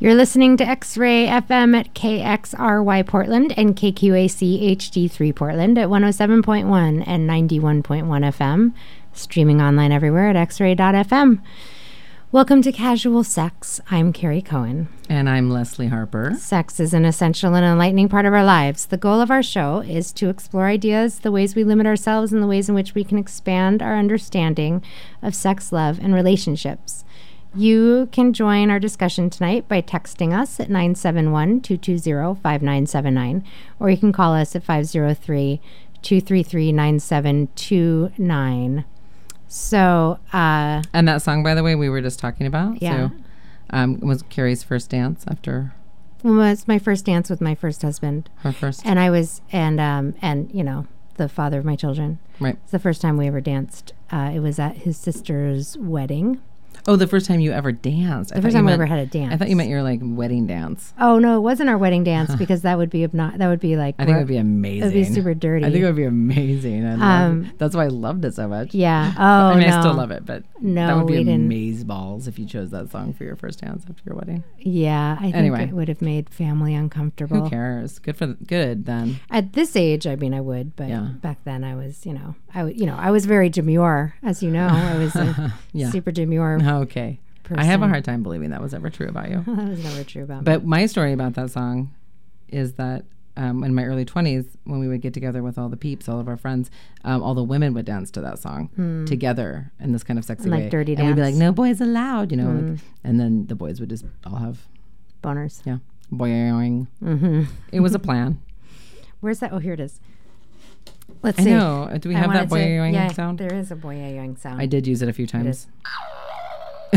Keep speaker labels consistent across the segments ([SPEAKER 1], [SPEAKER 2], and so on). [SPEAKER 1] You're listening to X Ray FM at KXRY Portland and KQAC HD3 Portland at 107.1 and 91.1 FM, streaming online everywhere at xray.fm. Welcome to Casual Sex. I'm Carrie Cohen.
[SPEAKER 2] And I'm Leslie Harper.
[SPEAKER 1] Sex is an essential and enlightening part of our lives. The goal of our show is to explore ideas, the ways we limit ourselves, and the ways in which we can expand our understanding of sex, love, and relationships. You can join our discussion tonight by texting us at 971 220 5979, or you can call us at 503 233 9729. So, uh,
[SPEAKER 2] And that song, by the way, we were just talking about.
[SPEAKER 1] Yeah.
[SPEAKER 2] So, um, was Carrie's first dance after
[SPEAKER 1] when was my first dance with my first husband.
[SPEAKER 2] her first.
[SPEAKER 1] and I was and um and you know the father of my children.
[SPEAKER 2] right.
[SPEAKER 1] It's the first time we ever danced. Uh, it was at his sister's wedding.
[SPEAKER 2] Oh, the first time you ever danced.
[SPEAKER 1] The first time we ever had a dance.
[SPEAKER 2] I thought you meant your like wedding dance.
[SPEAKER 1] Oh no, it wasn't our wedding dance because that would be obnoxious. That would be like
[SPEAKER 2] I think it would be amazing.
[SPEAKER 1] would be super dirty.
[SPEAKER 2] I think it would be amazing. I love it. That's why I loved it so much.
[SPEAKER 1] yeah. Oh
[SPEAKER 2] I mean,
[SPEAKER 1] no.
[SPEAKER 2] I still love it, but that
[SPEAKER 1] No,
[SPEAKER 2] would
[SPEAKER 1] we
[SPEAKER 2] be
[SPEAKER 1] didn't.
[SPEAKER 2] amaze balls if you chose that song for your first dance after your wedding.
[SPEAKER 1] Yeah, I think
[SPEAKER 2] Anyway.
[SPEAKER 1] it would have made family uncomfortable.
[SPEAKER 2] Who cares? Good for the, good then.
[SPEAKER 1] At this age, I mean, I would, but
[SPEAKER 2] Yeah.
[SPEAKER 1] back then I was, you know, I w- you know, I was very demure, as you know, I was a
[SPEAKER 2] Yeah.
[SPEAKER 1] super demure.
[SPEAKER 2] Okay. I have a
[SPEAKER 1] Person.
[SPEAKER 2] hard time believing that was ever true about you.
[SPEAKER 1] that was never true about me.
[SPEAKER 2] But my story about that song is that um, in my early 20s, when we would get together with all the peeps, all of our friends, um, all the women would dance to that song together in this kind of sexy
[SPEAKER 1] Hmm. Like
[SPEAKER 2] way.
[SPEAKER 1] dirty
[SPEAKER 2] and we'd be like,
[SPEAKER 1] dance. Hmm.
[SPEAKER 2] no boys allowed, you know. like- and then the boys would just all have,
[SPEAKER 1] Boners.
[SPEAKER 2] yeah, boing. Mm-hmm. It was a plan.
[SPEAKER 1] Where's that? Oh, here it is. Let's
[SPEAKER 2] I
[SPEAKER 1] see.
[SPEAKER 2] know. Do we have that
[SPEAKER 1] wanted to-
[SPEAKER 2] boing
[SPEAKER 1] yeah,
[SPEAKER 2] sound?
[SPEAKER 1] There is a boing sound.
[SPEAKER 2] I did use it a few times.
[SPEAKER 1] is.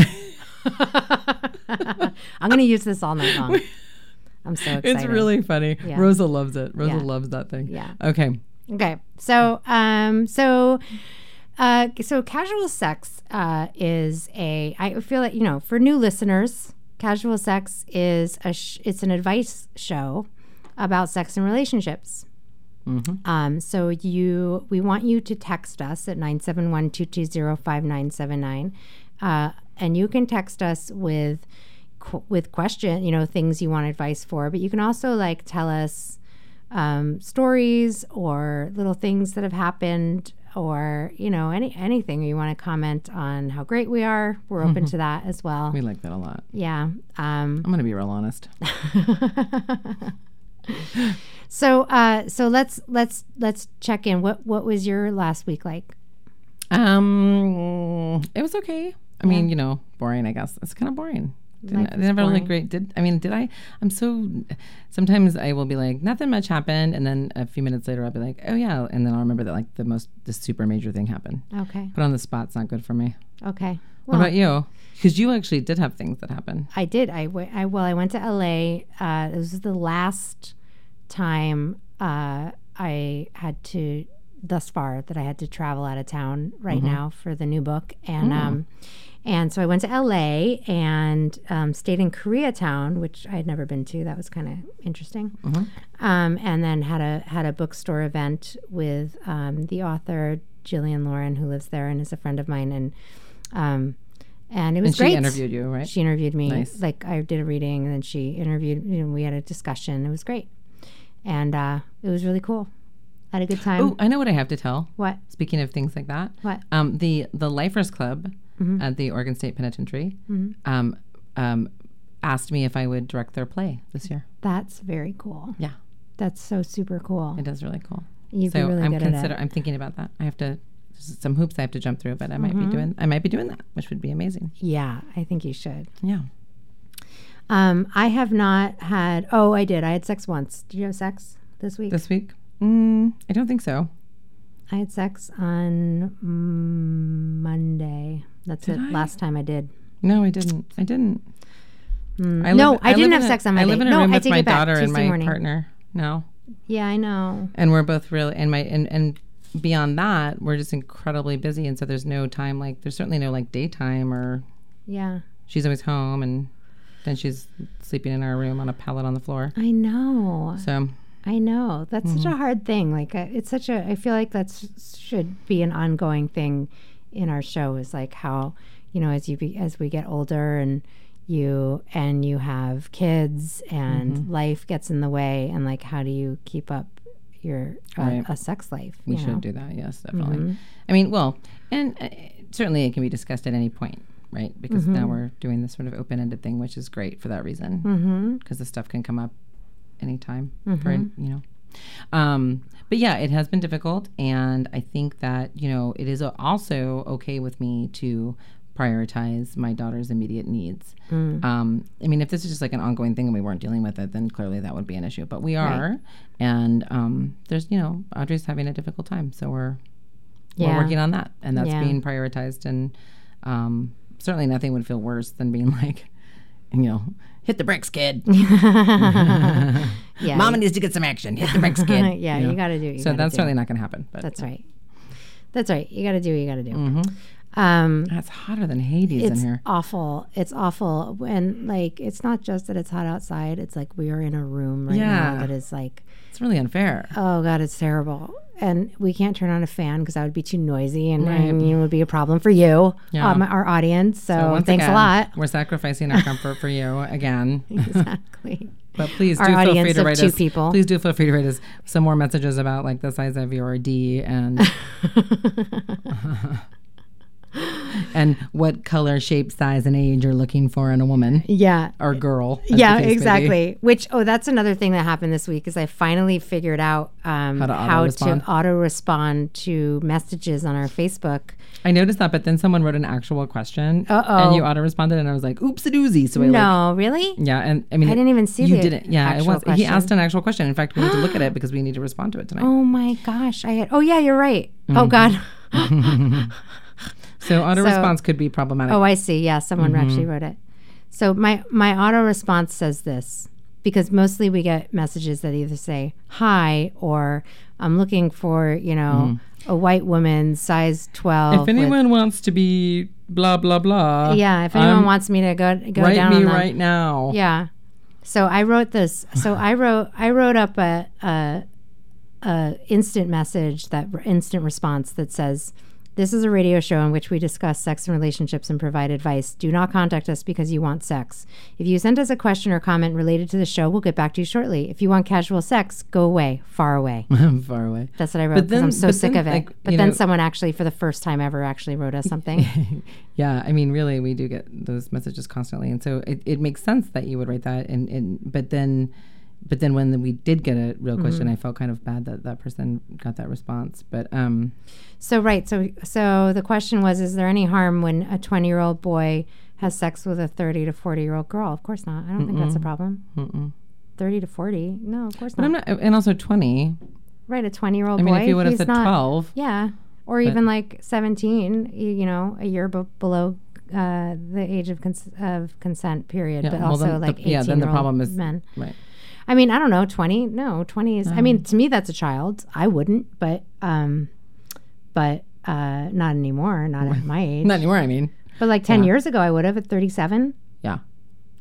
[SPEAKER 1] I'm going to use this all night long. I'm so excited.
[SPEAKER 2] It's really funny.
[SPEAKER 1] Yeah.
[SPEAKER 2] Rosa loves it. Rosa
[SPEAKER 1] Yeah.
[SPEAKER 2] loves that thing.
[SPEAKER 1] Yeah.
[SPEAKER 2] Okay.
[SPEAKER 1] Okay. So, um, so, uh, so casual sex, uh, is a, I feel like, you know, for new listeners, casual sex is a, sh- it's an advice show about sex and relationships. Um, so you, we want you to text us at 971-220-5979. Uh, and you can text us with, qu- with question, you know, things you want advice for, but you can also like tell us, um, stories or little things that have happened or you know any anything you want to comment on how great we are we're open to that as well
[SPEAKER 2] We like that a lot.
[SPEAKER 1] yeah um,
[SPEAKER 2] I'm going to be real honest.
[SPEAKER 1] so uh, so let's let's let's check in what what was your last week like
[SPEAKER 2] Um, it was okay. I mean, you know, boring. I guess it's kind of boring. Didn't, I didn't have a really great. Did I mean? Did I? I'm so. Sometimes I will be like, nothing much happened, and then a few minutes later, I'll be like, oh yeah, and then I'll remember that like the most the super major thing happened.
[SPEAKER 1] okay
[SPEAKER 2] Put on the spot's not good for me.
[SPEAKER 1] okay
[SPEAKER 2] What
[SPEAKER 1] well
[SPEAKER 2] about you? Because you actually did have things that happened.
[SPEAKER 1] I did. I, w- I well, I went to LA. Uh, this was the last time uh, I had to, thus far, that I had to travel out of town right
[SPEAKER 2] Mm-hmm.
[SPEAKER 1] now for the new book, and
[SPEAKER 2] Hmm.
[SPEAKER 1] um, and so I went to LA and um, stayed in Koreatown, which I had never been to. That was kind of interesting.
[SPEAKER 2] Mm-hmm.
[SPEAKER 1] Um, and then had a had a bookstore event with um, the author Jillian Lauren, who lives there and is a friend of mine, and um, and it was
[SPEAKER 2] And
[SPEAKER 1] great
[SPEAKER 2] she interviewed you, right?
[SPEAKER 1] she interviewed me.
[SPEAKER 2] Nice.
[SPEAKER 1] Like I did a reading, and then she interviewed. You know, we had a discussion. It was great, and uh, it was really cool. I had a good time.
[SPEAKER 2] oh, I know what I have to tell.
[SPEAKER 1] What?
[SPEAKER 2] Speaking of things like that,
[SPEAKER 1] What?
[SPEAKER 2] Um, the the Lifers Club
[SPEAKER 1] Mm-hmm.
[SPEAKER 2] at the Oregon State Penitentiary um, um, asked me if I would direct their play this year.
[SPEAKER 1] That's very cool.
[SPEAKER 2] Yeah,
[SPEAKER 1] That's so super cool.
[SPEAKER 2] it is really cool.
[SPEAKER 1] You'd be
[SPEAKER 2] So
[SPEAKER 1] really
[SPEAKER 2] I'm
[SPEAKER 1] good at
[SPEAKER 2] consider
[SPEAKER 1] it.
[SPEAKER 2] I'm thinking about that. I have to there's some hoops I have to jump through, but I might
[SPEAKER 1] Mm-hmm.
[SPEAKER 2] be doing I might be doing that, which would be amazing.
[SPEAKER 1] Yeah, I think you should.
[SPEAKER 2] Yeah.
[SPEAKER 1] Um, I have not had. Oh, I did. I had sex once. Did you have sex this week?
[SPEAKER 2] This week? Mm, I don't think so.
[SPEAKER 1] I had sex on mm, Monday. That's it. Last time I did.
[SPEAKER 2] No, I didn't. I didn't. I
[SPEAKER 1] Hmm. No,
[SPEAKER 2] live-
[SPEAKER 1] I didn't
[SPEAKER 2] live
[SPEAKER 1] have
[SPEAKER 2] in a-
[SPEAKER 1] sex on my
[SPEAKER 2] I live
[SPEAKER 1] date.
[SPEAKER 2] in a
[SPEAKER 1] No,
[SPEAKER 2] room
[SPEAKER 1] I
[SPEAKER 2] with
[SPEAKER 1] take
[SPEAKER 2] my
[SPEAKER 1] it back.
[SPEAKER 2] daughter and
[SPEAKER 1] Tuesday
[SPEAKER 2] my
[SPEAKER 1] morning.
[SPEAKER 2] partner. No.
[SPEAKER 1] Yeah, I know.
[SPEAKER 2] and we're both really and my and and beyond that we're just incredibly busy and so there's no time like there's certainly no like daytime or
[SPEAKER 1] Yeah,
[SPEAKER 2] she's always home and then she's sleeping in our room on a pallet on the floor
[SPEAKER 1] I know.
[SPEAKER 2] so
[SPEAKER 1] I know that's
[SPEAKER 2] Mm-hmm.
[SPEAKER 1] such a hard thing. Like I- it's such a. I feel like that should be an ongoing thing in our show. Is like how you know as you be, as we get older and you and you have kids and
[SPEAKER 2] Mm-hmm.
[SPEAKER 1] life gets in the way and like how do you keep up your uh,
[SPEAKER 2] Right.
[SPEAKER 1] a sex life
[SPEAKER 2] We
[SPEAKER 1] you
[SPEAKER 2] should
[SPEAKER 1] know?
[SPEAKER 2] do that. Yes, definitely. I mean, well, and uh, certainly it can be discussed at any point, right? Because now we're doing this sort of open-ended thing, which is great for that reason, because the stuff can come up anytime. For an- you know, um, but yeah, it has been difficult, and I think that you know it is uh, also okay with me to prioritize my daughter's immediate needs.
[SPEAKER 1] Mm.
[SPEAKER 2] Um, I mean, if this is just like an ongoing thing and we weren't dealing with it, then clearly that would be an issue. But we are, and um, there's you know Audrey's having a difficult time, so we're
[SPEAKER 1] Yeah.
[SPEAKER 2] we're working on that, and that's
[SPEAKER 1] Yeah.
[SPEAKER 2] being prioritized. And um, certainly nothing would feel worse than being like, you know, hit the bricks, kid.
[SPEAKER 1] yeah
[SPEAKER 2] Mama needs to get some action. Hit the bricks, kid.
[SPEAKER 1] yeah you, gotta do what you
[SPEAKER 2] So
[SPEAKER 1] gotta
[SPEAKER 2] that's
[SPEAKER 1] do.
[SPEAKER 2] certainly not going to happen. But
[SPEAKER 1] that's right that's right you gotta do what you gotta do
[SPEAKER 2] Mm-hmm.
[SPEAKER 1] um
[SPEAKER 2] that's hotter than Hades in
[SPEAKER 1] it's
[SPEAKER 2] here.
[SPEAKER 1] awful. It's awful. And like, it's not just that it's hot outside. It's like we are in a room right now
[SPEAKER 2] Yeah.
[SPEAKER 1] that is like,
[SPEAKER 2] It's really unfair.
[SPEAKER 1] oh god, it's terrible. And we can't turn on a fan because that would be too noisy, and, and it would be a problem for you,
[SPEAKER 2] Yeah.
[SPEAKER 1] um, our audience. So,
[SPEAKER 2] Once
[SPEAKER 1] thanks a
[SPEAKER 2] again,
[SPEAKER 1] lot.
[SPEAKER 2] We're sacrificing our comfort for you again.
[SPEAKER 1] exactly.
[SPEAKER 2] But please
[SPEAKER 1] Our
[SPEAKER 2] do feel free
[SPEAKER 1] audience
[SPEAKER 2] to
[SPEAKER 1] of
[SPEAKER 2] write
[SPEAKER 1] two
[SPEAKER 2] us.
[SPEAKER 1] people.
[SPEAKER 2] Please do feel free to write us some more messages about like the size of your D and and what color, shape, size, and age you're looking for in a woman
[SPEAKER 1] Yeah.
[SPEAKER 2] or girl. as the
[SPEAKER 1] Yeah,
[SPEAKER 2] case may be.
[SPEAKER 1] exactly. Which oh, that's another thing that happened this week is I finally figured out um,
[SPEAKER 2] to
[SPEAKER 1] how
[SPEAKER 2] auto-respond?
[SPEAKER 1] to auto respond to messages on our Facebook.
[SPEAKER 2] I noticed that, but then someone wrote an actual question,
[SPEAKER 1] Uh-oh.
[SPEAKER 2] and you auto responded, and I was like, "Oops, a doozy." So I like
[SPEAKER 1] no, really?
[SPEAKER 2] Yeah, and I mean,
[SPEAKER 1] I didn't even see
[SPEAKER 2] you
[SPEAKER 1] the
[SPEAKER 2] didn't. Yeah,
[SPEAKER 1] actual
[SPEAKER 2] it was. He
[SPEAKER 1] question.
[SPEAKER 2] asked an actual question. In fact, we need to look at it because we need to respond to it tonight.
[SPEAKER 1] Oh my gosh! I had. Oh yeah, you're right.
[SPEAKER 2] Mm-hmm.
[SPEAKER 1] Oh god.
[SPEAKER 2] So auto response could be problematic.
[SPEAKER 1] Oh, I see. Yeah, someone
[SPEAKER 2] Mm-hmm.
[SPEAKER 1] actually wrote it. So my my auto response says this because mostly we get messages that either say hi or I'm looking for you know a white woman size twelve.
[SPEAKER 2] Mm. if anyone wants to be blah blah blah,
[SPEAKER 1] with, yeah, if anyone wants me to go go
[SPEAKER 2] write
[SPEAKER 1] down
[SPEAKER 2] me
[SPEAKER 1] on them,
[SPEAKER 2] right now.
[SPEAKER 1] Yeah. So I wrote this. So I wrote I wrote up a a, a instant message that instant response that says. This is a radio show in which we discuss sex and relationships and provide advice. Do not contact us because you want sex. If you send us a question or comment related to the show, we'll get back to you shortly. If you want casual sex, go away, far away.
[SPEAKER 2] I'm far away.
[SPEAKER 1] That's what I wrote because
[SPEAKER 2] then-
[SPEAKER 1] I'm so
[SPEAKER 2] but
[SPEAKER 1] sick
[SPEAKER 2] then,
[SPEAKER 1] of it.
[SPEAKER 2] like,
[SPEAKER 1] but
[SPEAKER 2] you
[SPEAKER 1] then
[SPEAKER 2] know-
[SPEAKER 1] someone actually, for the first time ever, actually wrote us something.
[SPEAKER 2] yeah, I mean, really, we do get those messages constantly, and so it, it makes sense that you would write that. And, and but then, but then when we did get a real question,
[SPEAKER 1] Mm-hmm.
[SPEAKER 2] I felt kind of bad that that person got that response. But um,
[SPEAKER 1] So right, so so the question was: Is there any harm when a twenty-year-old boy has sex with a thirty to forty-year-old girl? Of course not. I don't think that's a problem. Thirty to forty? No, of course
[SPEAKER 2] I'm
[SPEAKER 1] not.
[SPEAKER 2] not, and also twenty.
[SPEAKER 1] Right, a twenty-year-old
[SPEAKER 2] I mean,
[SPEAKER 1] boy.
[SPEAKER 2] if you would have
[SPEAKER 1] he's
[SPEAKER 2] said
[SPEAKER 1] not-
[SPEAKER 2] twelve,
[SPEAKER 1] yeah, or even like seventeen. y- You know, a year b- below uh, the age of cons- of consent period, but
[SPEAKER 2] well,
[SPEAKER 1] also
[SPEAKER 2] then the-
[SPEAKER 1] like eighteen.
[SPEAKER 2] yeah, then the problem is-
[SPEAKER 1] men.
[SPEAKER 2] right?
[SPEAKER 1] I mean, I don't know, 20? No, 20 is, I mean, to me, that's a child. I wouldn't, but, um, but, uh, not anymore, not at my age.
[SPEAKER 2] Not anywhere. I mean,
[SPEAKER 1] But like 10 years ago, I would have at 37.
[SPEAKER 2] yeah,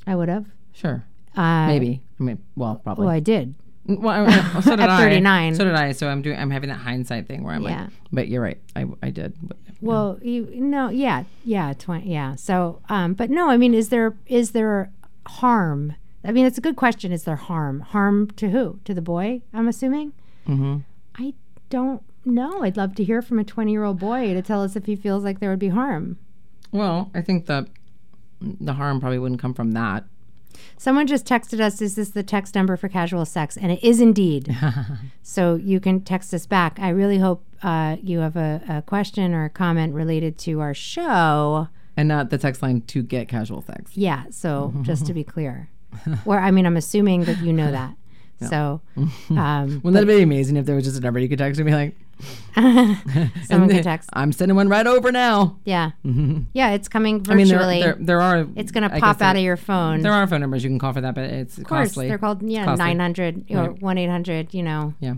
[SPEAKER 1] I would have.
[SPEAKER 2] sure,
[SPEAKER 1] Uh,
[SPEAKER 2] maybe. I mean, well, probably.
[SPEAKER 1] Well, I did.
[SPEAKER 2] Well, I- so did
[SPEAKER 1] At
[SPEAKER 2] I.
[SPEAKER 1] 39.
[SPEAKER 2] So did I. So I'm doing. I'm having that hindsight thing where I'm
[SPEAKER 1] Yeah.
[SPEAKER 2] like, but you're right. I, I did. But-
[SPEAKER 1] Well, you no, yeah, yeah, twenty, yeah. So, um, but no, I mean, is there is there harm? I mean, it's a good question. Is there harm? Harm to who? To the boy? I'm assuming. Mm-hmm. I don't know. I'd love to hear from a 20 year old boy to tell us if he feels like there would be harm.
[SPEAKER 2] Well, I think the the harm probably wouldn't come from that.
[SPEAKER 1] Someone just texted us, is this the text number for casual sex? And it is indeed. so you can text us back. I really hope uh, you have a, a question or a comment related to our show.
[SPEAKER 2] and not the text line to get casual sex.
[SPEAKER 1] Yeah, so just to be clear. Where I mean, I'm assuming that you know that. So um,
[SPEAKER 2] Wouldn't that be amazing if there was just a number you could text and be like,
[SPEAKER 1] someone can text.
[SPEAKER 2] I'm sending one right over now.
[SPEAKER 1] Yeah. Yeah, it's coming
[SPEAKER 2] Mm-hmm. I mean,
[SPEAKER 1] virtually.
[SPEAKER 2] there, there, there are.
[SPEAKER 1] it's going to pop out of your phone.
[SPEAKER 2] There are phone numbers you can call for that, but it's
[SPEAKER 1] of course,
[SPEAKER 2] costly.
[SPEAKER 1] they're called, yeah,
[SPEAKER 2] costly.
[SPEAKER 1] 900 or 1 800, you know.
[SPEAKER 2] Yeah,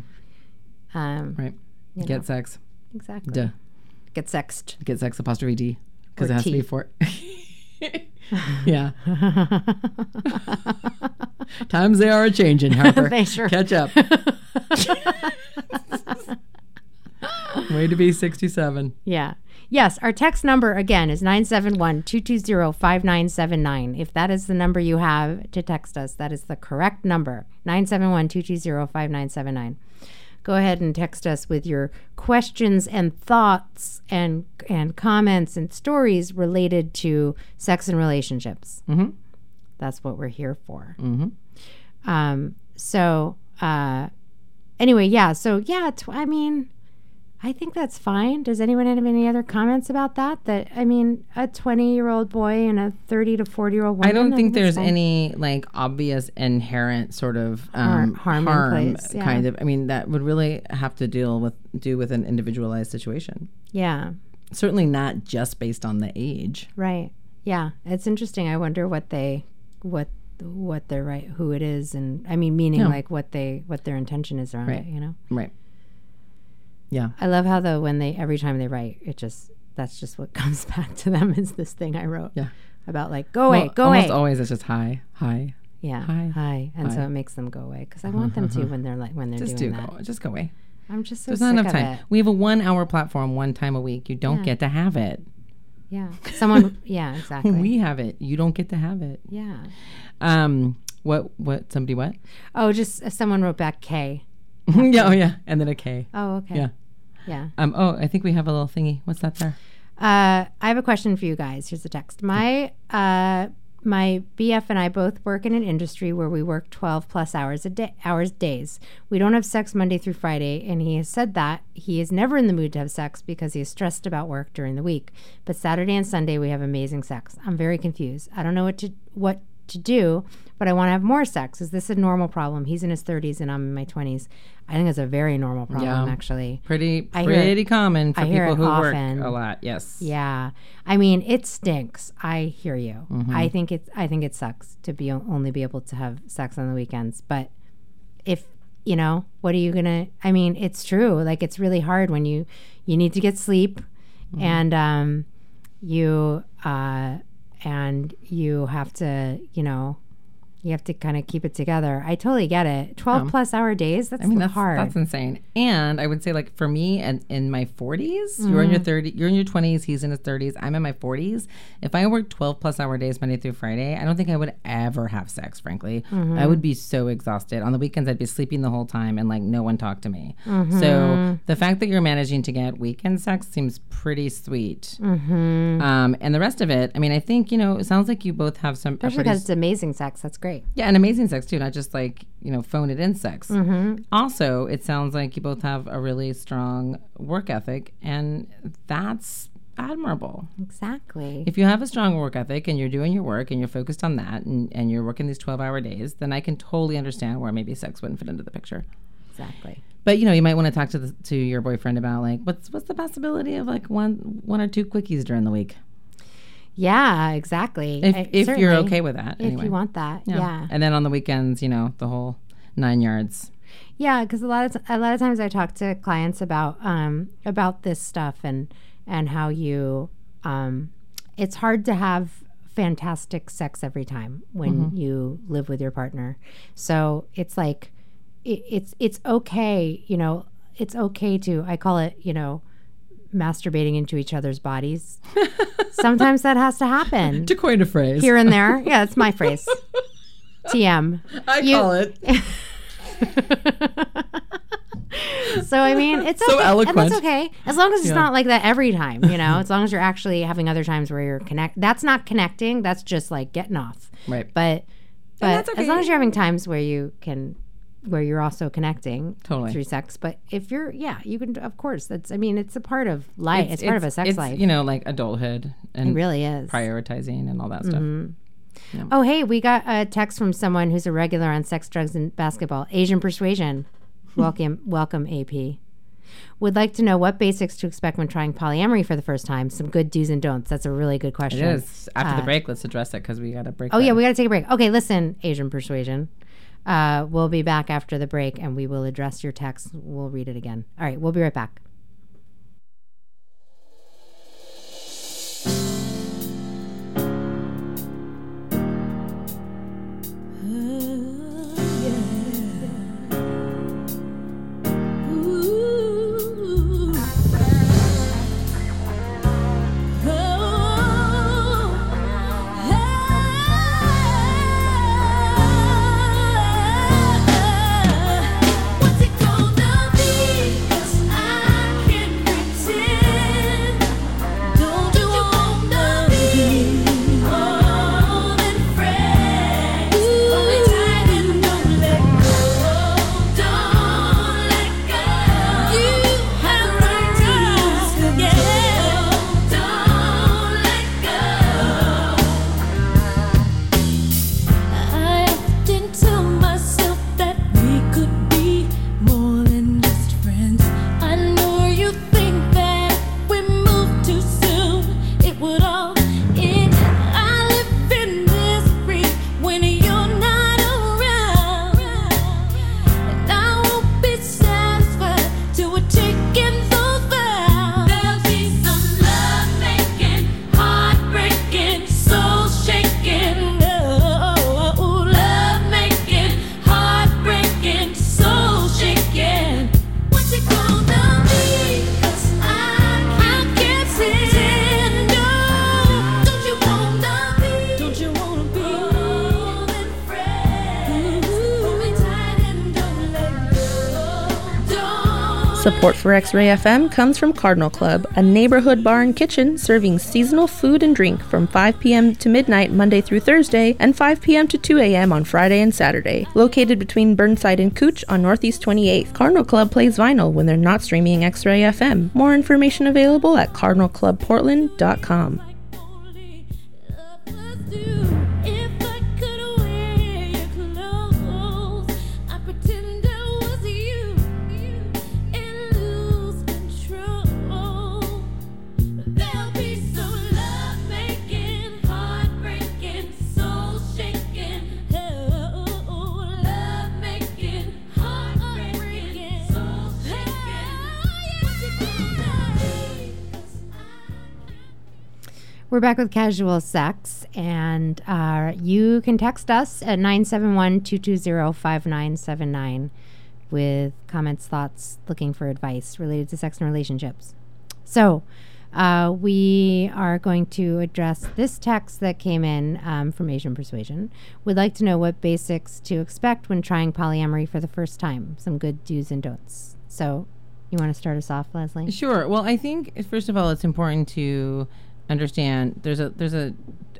[SPEAKER 1] Um,
[SPEAKER 2] right. Get sex.
[SPEAKER 1] exactly.
[SPEAKER 2] Duh.
[SPEAKER 1] Get sexed.
[SPEAKER 2] Get sex apostrophe D. Because
[SPEAKER 1] Or
[SPEAKER 2] it has to
[SPEAKER 1] T.
[SPEAKER 2] be for. yeah. Times they are a changing, Harper.
[SPEAKER 1] They sure-
[SPEAKER 2] Catch up. Way to be 67.
[SPEAKER 1] Yeah. Yes, our text number again is 971 220 5979. If that is the number you have to text us, that is the correct number 971 220 5979. Go ahead and text us with your questions and thoughts and, and comments and stories related to sex and relationships.
[SPEAKER 2] Mm-hmm.
[SPEAKER 1] That's what we're here for.
[SPEAKER 2] Mm-hmm.
[SPEAKER 1] Um, so, uh, anyway, yeah. So, yeah, tw- I mean, I think that's fine. Does anyone have any other comments about that? That I mean, a twenty-year-old boy and a thirty to forty-year-old woman.
[SPEAKER 2] I don't think
[SPEAKER 1] that's
[SPEAKER 2] there's
[SPEAKER 1] fine.
[SPEAKER 2] any like obvious inherent sort of
[SPEAKER 1] Har-
[SPEAKER 2] um,
[SPEAKER 1] harm
[SPEAKER 2] harm,
[SPEAKER 1] in place, yeah.
[SPEAKER 2] kind of. I mean, that would really have to deal with do with an individualized situation.
[SPEAKER 1] Yeah.
[SPEAKER 2] Certainly not just based on the age.
[SPEAKER 1] Right. Yeah. It's interesting. I wonder what they, what, what their right, who it is, and I mean, meaning
[SPEAKER 2] No.
[SPEAKER 1] like what they, what their intention is around
[SPEAKER 2] Right.
[SPEAKER 1] it. You know.
[SPEAKER 2] Right. Yeah.
[SPEAKER 1] I love how though when they every time they write, it just that's just what comes back to them is this thing I wrote.
[SPEAKER 2] Yeah.
[SPEAKER 1] About like go away,
[SPEAKER 2] Al-
[SPEAKER 1] go
[SPEAKER 2] almost
[SPEAKER 1] away.
[SPEAKER 2] always it's just hi, hi.
[SPEAKER 1] yeah.
[SPEAKER 2] hi,
[SPEAKER 1] Hi. And so
[SPEAKER 2] hi.
[SPEAKER 1] it makes them go away because I want them to when they're like when they're
[SPEAKER 2] Just do
[SPEAKER 1] doing that.
[SPEAKER 2] go. Just go away.
[SPEAKER 1] I'm just so
[SPEAKER 2] There's
[SPEAKER 1] sick
[SPEAKER 2] not enough
[SPEAKER 1] of
[SPEAKER 2] time.
[SPEAKER 1] it.
[SPEAKER 2] We have a one hour platform one time a week. You don't
[SPEAKER 1] Yeah.
[SPEAKER 2] get to have it.
[SPEAKER 1] Yeah. Someone. yeah. Exactly.
[SPEAKER 2] We have it. You don't get to have it.
[SPEAKER 1] yeah.
[SPEAKER 2] Um what what somebody what?
[SPEAKER 1] Oh, just uh, someone wrote back K.
[SPEAKER 2] yeah, oh yeah. And then a K.
[SPEAKER 1] Oh, okay.
[SPEAKER 2] Yeah.
[SPEAKER 1] Yeah.
[SPEAKER 2] Um oh I think we have a little thingy. What's that there?
[SPEAKER 1] Uh, I have a question for you guys. Here's the text. My uh, my BF and I both work in an industry where we work 12 plus hours a day, hours days. We don't have sex Monday through Friday, and he has said that he is never in the mood to have sex because he is stressed about work during the week. But Saturday and Sunday we have amazing sex. I'm very confused. I don't know what to what to do, but I want to have more sex. Is this a normal problem? He's in his 30s and I'm in my 20s. I think it's a very normal problem,
[SPEAKER 2] Yeah.
[SPEAKER 1] actually.
[SPEAKER 2] Pretty
[SPEAKER 1] hear it-
[SPEAKER 2] pretty common for
[SPEAKER 1] I hear
[SPEAKER 2] people
[SPEAKER 1] it
[SPEAKER 2] who
[SPEAKER 1] often.
[SPEAKER 2] work a lot. Yes.
[SPEAKER 1] Yeah. I mean, it stinks. I hear you.
[SPEAKER 2] Mm-hmm.
[SPEAKER 1] I think it's I think it sucks to be only be able to have sex on the weekends, but if you know, what are you going to I mean, it's true. Like it's really hard when you you need to get sleep
[SPEAKER 2] Mm-hmm.
[SPEAKER 1] and um you uh and you have to, you know, you have to kind of keep it together. I totally get it. 12 plus hour days, that's,
[SPEAKER 2] I mean that's
[SPEAKER 1] hard.
[SPEAKER 2] that's insane. And I would say like for me and in my 40s, you're in
[SPEAKER 1] Mm.
[SPEAKER 2] your 30 you're in your 20s, he's in his 30s, I'm in my 40s. If I worked 12 plus hour days Monday through Friday, I don't think I would ever have sex, frankly.
[SPEAKER 1] Mm-hmm.
[SPEAKER 2] I would be so exhausted. On the weekends I'd be sleeping the whole time and like no one talked to me.
[SPEAKER 1] Mm-hmm.
[SPEAKER 2] So the fact that you're managing to get weekend sex seems pretty sweet.
[SPEAKER 1] Mm-hmm.
[SPEAKER 2] Um, and the rest of it, I mean, I think, you know, it sounds like you both have some a
[SPEAKER 1] Especially
[SPEAKER 2] pretty
[SPEAKER 1] because it's amazing sex. That's great.
[SPEAKER 2] yeah, and amazing sex too, not just like, you know, phone it in sex.
[SPEAKER 1] Mm-hmm.
[SPEAKER 2] Also, it sounds like you both have a really strong work ethic, and that's admirable.
[SPEAKER 1] Exactly.
[SPEAKER 2] If you have a strong work ethic and you're doing your work and you're focused on that and, and you're working these 12 hour days, then I can totally understand where maybe sex wouldn't fit into the picture.
[SPEAKER 1] Exactly.
[SPEAKER 2] But you know, you might want to talk to the, to your boyfriend about like what's what's the possibility of like one one or two quickies during the week
[SPEAKER 1] Yeah, exactly.
[SPEAKER 2] if,
[SPEAKER 1] I-
[SPEAKER 2] if you're
[SPEAKER 1] certainly,
[SPEAKER 2] okay with that
[SPEAKER 1] If
[SPEAKER 2] anyway.
[SPEAKER 1] you want that, yeah, yeah,
[SPEAKER 2] And then on the weekends, you know, the whole nine yards.
[SPEAKER 1] Because a lot of t- a lot of times I talk to clients about um, about this stuff and and how you um, it's hard to have fantastic sex every time when
[SPEAKER 2] Mm-hmm.
[SPEAKER 1] you live with your partner. So it's like it, it's it's okay, you know, it's okay to I call it, you know, masturbating into each other's bodies. Sometimes that has to happen.
[SPEAKER 2] To coin a phrase,
[SPEAKER 1] here and there. Yeah, that's my phrase. TM.
[SPEAKER 2] I
[SPEAKER 1] you-
[SPEAKER 2] call it.
[SPEAKER 1] So I mean, it's
[SPEAKER 2] So
[SPEAKER 1] okay.
[SPEAKER 2] eloquent.
[SPEAKER 1] And that's okay, as long as it's
[SPEAKER 2] Yeah.
[SPEAKER 1] not like that every time. You know, as long as you're actually having other times where you're connect. That's not connecting. That's just like getting off.
[SPEAKER 2] Right.
[SPEAKER 1] But but
[SPEAKER 2] that's
[SPEAKER 1] as long
[SPEAKER 2] okay.
[SPEAKER 1] as you're having times where you can, where you're also connecting
[SPEAKER 2] Totally.
[SPEAKER 1] through sex. But if you're, yeah, you can. Of course, that's. I mean, it's a part of life. It's, part of a sex
[SPEAKER 2] it's,
[SPEAKER 1] life.
[SPEAKER 2] You know, like adulthood
[SPEAKER 1] it
[SPEAKER 2] and
[SPEAKER 1] really is.
[SPEAKER 2] prioritizing and all that stuff.
[SPEAKER 1] Oh, hey, we got a text from someone who's a regular on sex, drugs, and basketball. Asian persuasion. Welcome, welcome, AP. Would like to know what basics to expect when trying polyamory for the first time. Some good do's and don'ts. That's a really good question.
[SPEAKER 2] It is. After the break, let's address it because we got to break.
[SPEAKER 1] Uh, Oh yeah, we got to take a break. Okay, listen, Asian persuasion. Uh, we'll be back after the break, and we will address your text. We'll read it again. All right, we'll be right back.
[SPEAKER 3] Ooh. Support for X Ray FM comes from Cardinal Club, a neighborhood bar and kitchen serving seasonal food and drink from 5 p.m. to midnight Monday through Thursday and 5 p.m. to 2 a.m. on Friday and Saturday. Located between Burnside and Cooch on Northeast 28th, Cardinal Club plays vinyl when they're not streaming X Ray FM. More information available at cardinalclubportland.com.
[SPEAKER 1] We're back with casual sex, and uh, you can text us at 971 220 5979 with comments, thoughts, looking for advice related to sex and relationships. So, uh, we are going to address this text that came in um, from Asian Persuasion. Would like to know what basics to expect when trying polyamory for the first time, some good do's and don'ts. So, you want to start us off, Leslie?
[SPEAKER 2] Sure. Well, I think, first of all, it's important to understand there's a there's a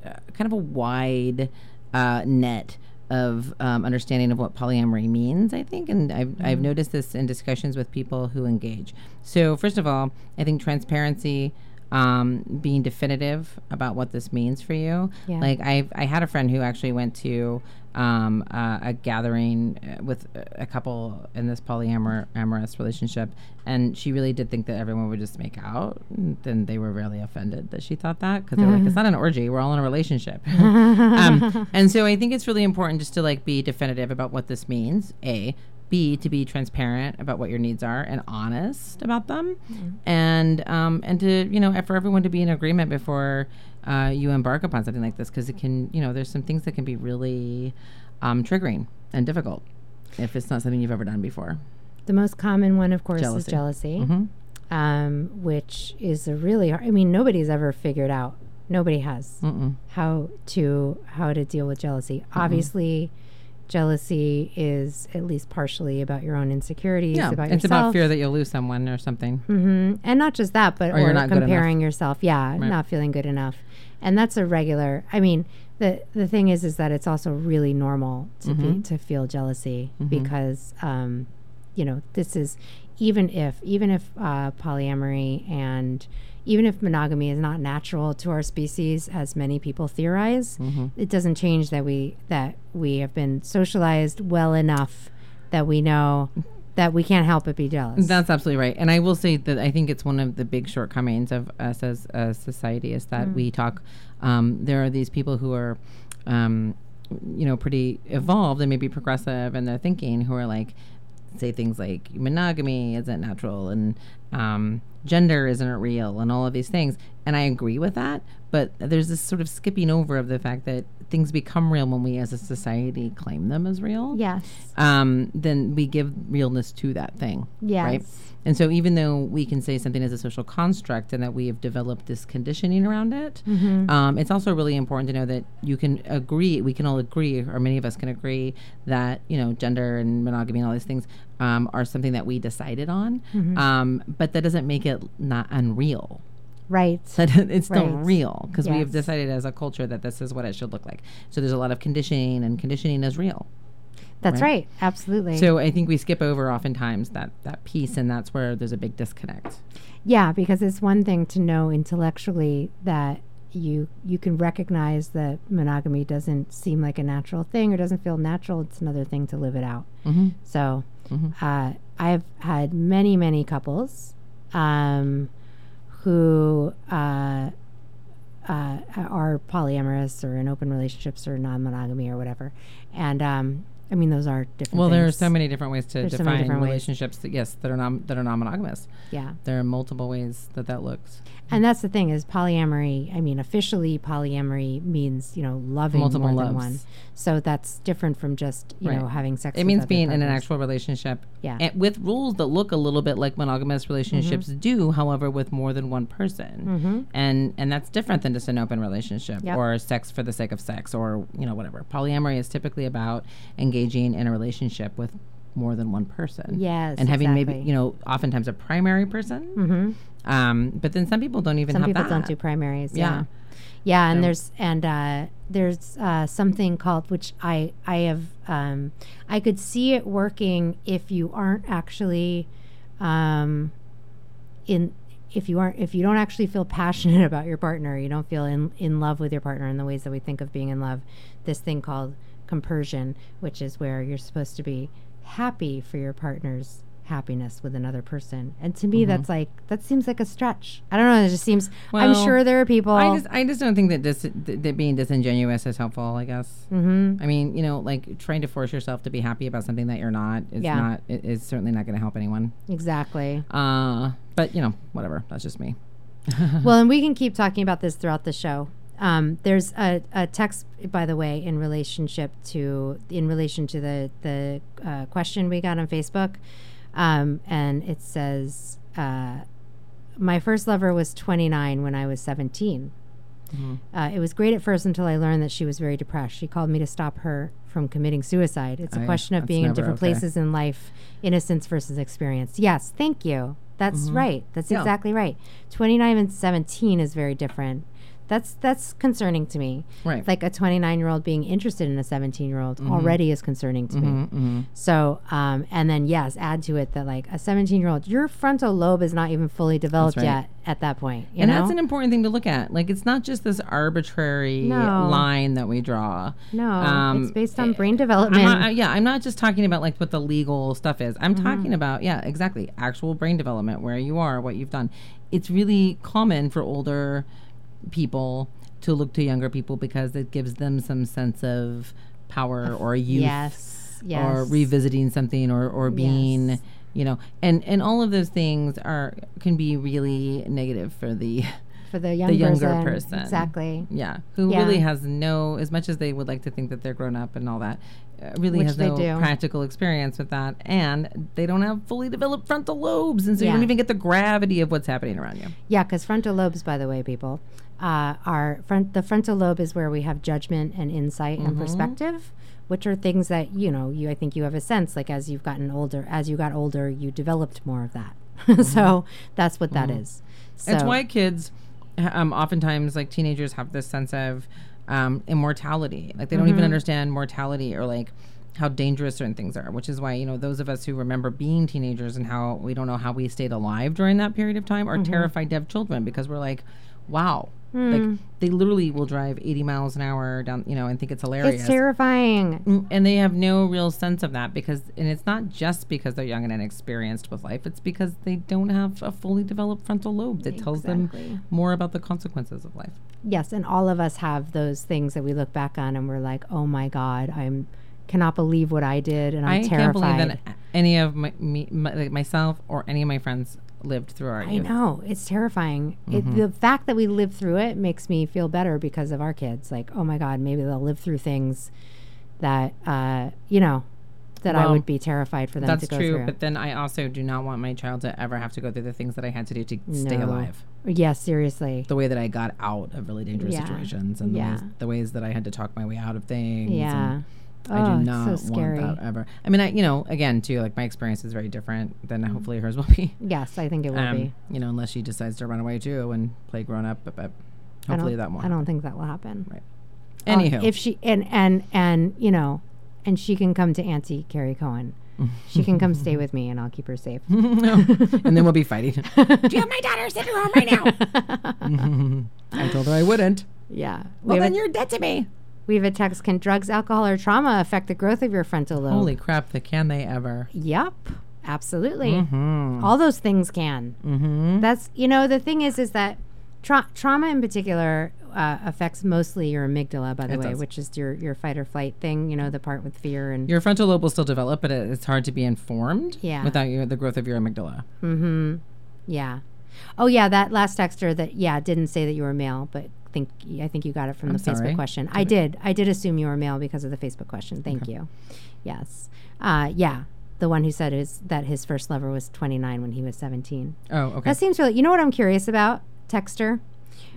[SPEAKER 2] uh, kind of a wide uh, net of um, understanding of what polyamory means i think and I've,
[SPEAKER 1] Mm-hmm.
[SPEAKER 2] I've noticed this in discussions with people who engage so first of all i think transparency um, being definitive about what this means for you
[SPEAKER 1] Yeah.
[SPEAKER 2] like i i had a friend who actually went to um, uh, a gathering uh, with a a couple in this polyamorous amorous relationship and she really did think that everyone would just make out and then they were really offended that she thought that because they were like it's not an orgy we're all in a relationship um, and so i think it's really important just to like be definitive about what this means a b to be transparent about what your needs are and honest about them
[SPEAKER 1] Mm-hmm.
[SPEAKER 2] and um, and to you know for everyone to be in agreement before uh, you embark upon something like this because it can you know there's some things that can be really um, triggering and difficult if it's not something you've ever done before
[SPEAKER 1] The most common one, of course,
[SPEAKER 2] Jealousy.
[SPEAKER 1] is jealousy,
[SPEAKER 2] Mhm.
[SPEAKER 1] um, which is a really hard. I mean, nobody's ever figured out. Nobody has
[SPEAKER 2] Mm-mm.
[SPEAKER 1] how to how to deal with jealousy. Obviously, jealousy is at least partially about your own insecurities,
[SPEAKER 2] yeah
[SPEAKER 1] about
[SPEAKER 2] it's
[SPEAKER 1] yourself,
[SPEAKER 2] about fear that you'll lose someone or something
[SPEAKER 1] Mhm. and not just that, but
[SPEAKER 2] Or Oh, you're
[SPEAKER 1] or
[SPEAKER 2] not good enough.
[SPEAKER 1] comparing yourself. Yeah, not feeling good enough, and that's a regular. I mean, the the thing is, is that it's also really normal to
[SPEAKER 2] Mm-hmm.
[SPEAKER 1] be to feel jealousy because, um, you know, this is even if even if uh, polyamory and even if monogamy is not natural to our species, as many people theorize,
[SPEAKER 2] Mm-hmm.
[SPEAKER 1] it doesn't change that we that we have been socialized well enough that we know that we can't help but be jealous.
[SPEAKER 2] That's absolutely right. And I will say that I think it's one of the big shortcomings of us as a society is that we talk, um, there are these people who are, um, you know, pretty evolved and maybe progressive in their thinking who are like, say things like monogamy isn't natural and um, gender isn't real and all of these things. And I agree with that. But there's this sort of skipping over of the fact that things become real when we as a society claim them as real
[SPEAKER 1] yes.
[SPEAKER 2] um, then we give realness to that thing. Right?
[SPEAKER 1] Yes.
[SPEAKER 2] And so, even though we can say something is a social construct and that we have developed this conditioning around it,
[SPEAKER 1] Mm-hmm.
[SPEAKER 2] um, it's also really important to know that you can agree, we can all agree, or many of us can agree, that, you know, gender and monogamy and all these things um, are something that we decided on.
[SPEAKER 1] Mm-hmm.
[SPEAKER 2] Um, but that doesn't make it not unreal.
[SPEAKER 1] Right.
[SPEAKER 2] That it's still
[SPEAKER 1] Right.
[SPEAKER 2] real because we have
[SPEAKER 1] Yes.
[SPEAKER 2] decided as a culture that this is what it should look like. So, there's a lot of conditioning, and conditioning is real.
[SPEAKER 1] That's
[SPEAKER 2] right?
[SPEAKER 1] right. Absolutely.
[SPEAKER 2] So I think we skip over oftentimes that that piece, and that's where there's a big disconnect.
[SPEAKER 1] yeah, because it's one thing to know intellectually that you you can recognize that monogamy doesn't seem like a natural thing or doesn't feel natural. It's another thing to live it out.
[SPEAKER 2] Mm-hmm.
[SPEAKER 1] So uh, I've had many many couples um, who uh, uh, are polyamorous or in open relationships or non monogamy or whatever, and um, I mean those are different.
[SPEAKER 2] Well, there are
[SPEAKER 1] things.
[SPEAKER 2] so many different ways to
[SPEAKER 1] There's so many
[SPEAKER 2] define
[SPEAKER 1] different ways.
[SPEAKER 2] relationships. That, yes, that are non that are non monogamous.
[SPEAKER 1] yeah.
[SPEAKER 2] There are multiple ways that that looks.
[SPEAKER 1] And that's the thing is polyamory. I mean, officially polyamory means you know loving
[SPEAKER 2] Multiple
[SPEAKER 1] more than
[SPEAKER 2] loves.
[SPEAKER 1] one. So that's different from just you
[SPEAKER 2] Right.
[SPEAKER 1] know having sex.
[SPEAKER 2] It
[SPEAKER 1] with
[SPEAKER 2] means
[SPEAKER 1] other
[SPEAKER 2] being in an
[SPEAKER 1] partners.
[SPEAKER 2] actual relationship,
[SPEAKER 1] Yeah.
[SPEAKER 2] and with rules that look a little bit like monogamous relationships
[SPEAKER 1] Mm-hmm.
[SPEAKER 2] do. However, with more than one person, and and that's different than just an open relationship
[SPEAKER 1] Yep.
[SPEAKER 2] or sex for the sake of sex or you know whatever. Polyamory is typically about engaging in a relationship with more than one person.
[SPEAKER 1] Yes,
[SPEAKER 2] and having maybe
[SPEAKER 1] exactly. Mm-hmm.
[SPEAKER 2] you know oftentimes a primary person. Um, but then some people don't even
[SPEAKER 1] Some
[SPEAKER 2] have
[SPEAKER 1] people
[SPEAKER 2] that.
[SPEAKER 1] don't do primaries.
[SPEAKER 2] Yeah.
[SPEAKER 1] Yeah. Yeah, and there's and uh, there's uh, something called which I I have um, I could see it working if you aren't actually um, in if you aren't if you don't actually feel passionate about your partner, you don't feel in in love with your partner in the ways that we think of being in love. This thing called compersion, which is where you're supposed to be happy for your partner's happiness with another person. And to me
[SPEAKER 2] Mm-hmm.
[SPEAKER 1] that's like that seems like a stretch. I don't know, it just seems I'm
[SPEAKER 2] Well,
[SPEAKER 1] sure there are people
[SPEAKER 2] I just, I just don't think that dis- th- that being disingenuous is helpful. I guess.
[SPEAKER 1] Mhm.
[SPEAKER 2] I mean, you know, like trying to force yourself to be happy about something that you're not is
[SPEAKER 1] Yeah.
[SPEAKER 2] not i- is certainly not going to help anyone.
[SPEAKER 1] Exactly.
[SPEAKER 2] Uh, but you know, whatever. That's just me.
[SPEAKER 1] well, and we can keep talking about this throughout the show. Um, there's a, a text, by the way, in relationship to in relation to the the uh, question we got on Facebook, um, and it says, uh, "My first lover was 29 when I was 17.
[SPEAKER 2] Mm-hmm.
[SPEAKER 1] Uh, it was great at first until I learned that she was very depressed. She called me to stop her from committing suicide. It's a
[SPEAKER 2] Aye,
[SPEAKER 1] question of
[SPEAKER 2] that's
[SPEAKER 1] being in
[SPEAKER 2] never
[SPEAKER 1] different
[SPEAKER 2] okay.
[SPEAKER 1] places in life, innocence versus experience. Yes, thank you. That's right. That's
[SPEAKER 2] Mm-hmm. Yeah.
[SPEAKER 1] exactly right. 29 and 17 is very different. That's that's concerning to me.
[SPEAKER 2] Right. Mm-hmm.
[SPEAKER 1] Like a 29 year old being interested in a 17 year old already is concerning to me. So, um, and then yes, add to it that like a 17 year old, your frontal lobe is not even fully developed
[SPEAKER 2] right.
[SPEAKER 1] yet at that point. You
[SPEAKER 2] and
[SPEAKER 1] know?
[SPEAKER 2] that's an important thing to look at. Like, it's not just this arbitrary
[SPEAKER 1] No.
[SPEAKER 2] line that we draw.
[SPEAKER 1] No,
[SPEAKER 2] Um,
[SPEAKER 1] it's based on
[SPEAKER 2] eh,
[SPEAKER 1] brain
[SPEAKER 2] I'm
[SPEAKER 1] development.
[SPEAKER 2] not, I- yeah, I'm not just talking about like what the legal stuff is. I'm
[SPEAKER 1] Mm-hmm.
[SPEAKER 2] talking about yeah, exactly, actual brain development, where you are, what you've done. It's really common for older people to look to younger people because it gives them some sense of power or youth
[SPEAKER 1] yes, yes.
[SPEAKER 2] or revisiting something or or being
[SPEAKER 1] Yes.
[SPEAKER 2] you know and and all of those things are can be really negative for the
[SPEAKER 1] for the, young
[SPEAKER 2] the younger
[SPEAKER 1] person.
[SPEAKER 2] person.
[SPEAKER 1] Exactly.
[SPEAKER 2] yeah who
[SPEAKER 1] Yeah.
[SPEAKER 2] really has no as much as they would like to think that they're grown up and all that uh, really
[SPEAKER 1] Which
[SPEAKER 2] has
[SPEAKER 1] they
[SPEAKER 2] no
[SPEAKER 1] do.
[SPEAKER 2] practical experience with that and they don't have fully developed frontal lobes and so you
[SPEAKER 1] Yeah.
[SPEAKER 2] don't even get the gravity of what's happening around you
[SPEAKER 1] Yeah, because frontal lobes, by the way, people, uh, are front. The frontal lobe is where we have judgment and insight
[SPEAKER 2] Mm-hmm.
[SPEAKER 1] and perspective, which are things that you know. You, I think, you have a sense. Like as you've gotten older, as you got older, you developed more of that.
[SPEAKER 2] Mm-hmm.
[SPEAKER 1] so that's what that is. So,
[SPEAKER 2] That's why kids, h- um, oftentimes like teenagers, have this sense of um, immortality. Like they don't
[SPEAKER 1] Mm-hmm.
[SPEAKER 2] even understand mortality or like how dangerous certain things are. Which is why you know those of us who remember being teenagers and how we don't know how we stayed alive during that period of time are
[SPEAKER 1] Mm-hmm.
[SPEAKER 2] terrified to have children because we're like, wow.
[SPEAKER 1] Hmm.
[SPEAKER 2] Like they literally will drive 80 miles an hour down, you know, and think it's hilarious.
[SPEAKER 1] it's terrifying.
[SPEAKER 2] Mm, and they have no real sense of that because and it's not just because they're young and inexperienced with life it's because they don't have a fully developed frontal lobe that tells
[SPEAKER 1] Exactly.
[SPEAKER 2] them more about the consequences of life
[SPEAKER 1] Yes, and all of us have those things that we look back on and we're like, "Oh my God, I'm cannot believe what I did," and I'm
[SPEAKER 2] i
[SPEAKER 1] terrified.
[SPEAKER 2] can't believe that any of my, me, my like myself or any of my friends lived through our
[SPEAKER 1] I
[SPEAKER 2] youth
[SPEAKER 1] know it's terrifying.
[SPEAKER 2] Mm-hmm.
[SPEAKER 1] It, the fact that we live through it makes me feel better because of our kids. Like, oh my God, maybe they'll live through things that uh, you know that I
[SPEAKER 2] Well,
[SPEAKER 1] would be terrified for them
[SPEAKER 2] that's
[SPEAKER 1] to go
[SPEAKER 2] true
[SPEAKER 1] through.
[SPEAKER 2] but then i also do not want my child to ever have to go through the things that i had to do to stay
[SPEAKER 1] No.
[SPEAKER 2] alive
[SPEAKER 1] Uh, yeah, seriously.
[SPEAKER 2] the way that i got out of really dangerous
[SPEAKER 1] Yeah.
[SPEAKER 2] situations and
[SPEAKER 1] Yeah.
[SPEAKER 2] the, ways, the ways that i had to talk my way out of things and-
[SPEAKER 1] Yeah.
[SPEAKER 2] I
[SPEAKER 1] oh,
[SPEAKER 2] do not
[SPEAKER 1] it's so scary.
[SPEAKER 2] want that ever. I mean, I you know, again, too, like my experience is very different than hopefully hers will be.
[SPEAKER 1] Yes, I think it Mm. will be.
[SPEAKER 2] Um, you know, unless she decides to run away too and play grown up, but, but
[SPEAKER 1] I don't-
[SPEAKER 2] hopefully that won't.
[SPEAKER 1] I don't think that will happen.
[SPEAKER 2] Right.
[SPEAKER 1] Uh,
[SPEAKER 2] Anywho,
[SPEAKER 1] if she and and and you know, and she can come to Auntie Carrie Cohen. she can come stay with me, and I'll keep her safe.
[SPEAKER 2] and then we'll be fighting. do you have my daughter sitting home right now? I told her I wouldn't.
[SPEAKER 1] yeah. we
[SPEAKER 2] Well,
[SPEAKER 1] have
[SPEAKER 2] then
[SPEAKER 1] a-
[SPEAKER 2] you're dead to me.
[SPEAKER 1] We have a text. Can drugs, alcohol, or trauma affect the growth of your frontal lobe?
[SPEAKER 2] Holy crap! The can they ever?
[SPEAKER 1] Yep. Absolutely. All those things can.
[SPEAKER 2] Mm-hmm.
[SPEAKER 1] That's, you know, the thing is, is that tra- trauma in particular uh, affects mostly your amygdala, by the
[SPEAKER 2] It
[SPEAKER 1] way,
[SPEAKER 2] does.
[SPEAKER 1] which is your, your fight or flight thing, you know, the part with fear and.
[SPEAKER 2] Your frontal lobe will still develop, but it, it's hard to be informed
[SPEAKER 1] Yeah.
[SPEAKER 2] without your, the growth of your amygdala.
[SPEAKER 1] mm-hmm. Yeah. Oh, yeah. That last texter that, yeah, didn't say that you were male, but think I think you got it from the
[SPEAKER 2] sorry.
[SPEAKER 1] Facebook question. I did. I did assume you were male because of the Facebook question. Thank you. Yes. Uh, yeah. The one who said is that his first lover was 29 when he was 17.
[SPEAKER 2] Oh, okay.
[SPEAKER 1] That seems really. You know what I'm curious about, Texter?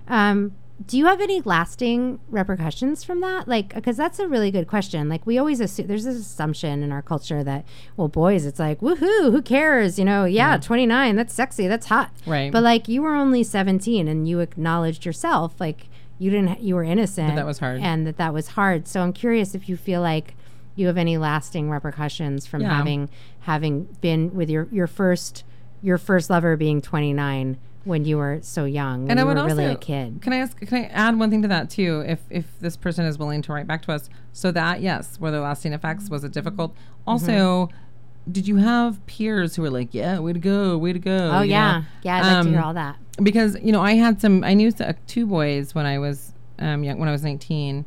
[SPEAKER 1] Um, do you have any lasting repercussions from that? Like, because that's a really good question. Like, we always assume there's this assumption in our culture that, well, boys, it's like, woohoo, who cares? You know, yeah, 29, that's sexy, that's hot.
[SPEAKER 2] Right.
[SPEAKER 1] But like, you were only 17 and you acknowledged yourself, like, you didn't, you were innocent.
[SPEAKER 2] that was hard.
[SPEAKER 1] And that that was hard. So I'm curious if you feel like you have any lasting repercussions from
[SPEAKER 2] Yeah.
[SPEAKER 1] having, having been with your, your first, your first lover being 29 when you were so young, when
[SPEAKER 2] and I
[SPEAKER 1] you
[SPEAKER 2] would
[SPEAKER 1] were
[SPEAKER 2] also
[SPEAKER 1] really a kid.
[SPEAKER 2] Can I ask? Can I add one thing to that too? If if this person is willing to write back to us, so that yes, were there lasting effects? Was it difficult?
[SPEAKER 1] Mm-hmm.
[SPEAKER 2] Also, did you have peers who were like, "Yeah, way to go, way to go"?
[SPEAKER 1] Oh
[SPEAKER 2] you know?
[SPEAKER 1] yeah, yeah. I'd like to hear
[SPEAKER 2] Um,
[SPEAKER 1] all that.
[SPEAKER 2] because you know I had some I knew uh, two boys when I was um, young, when I was 19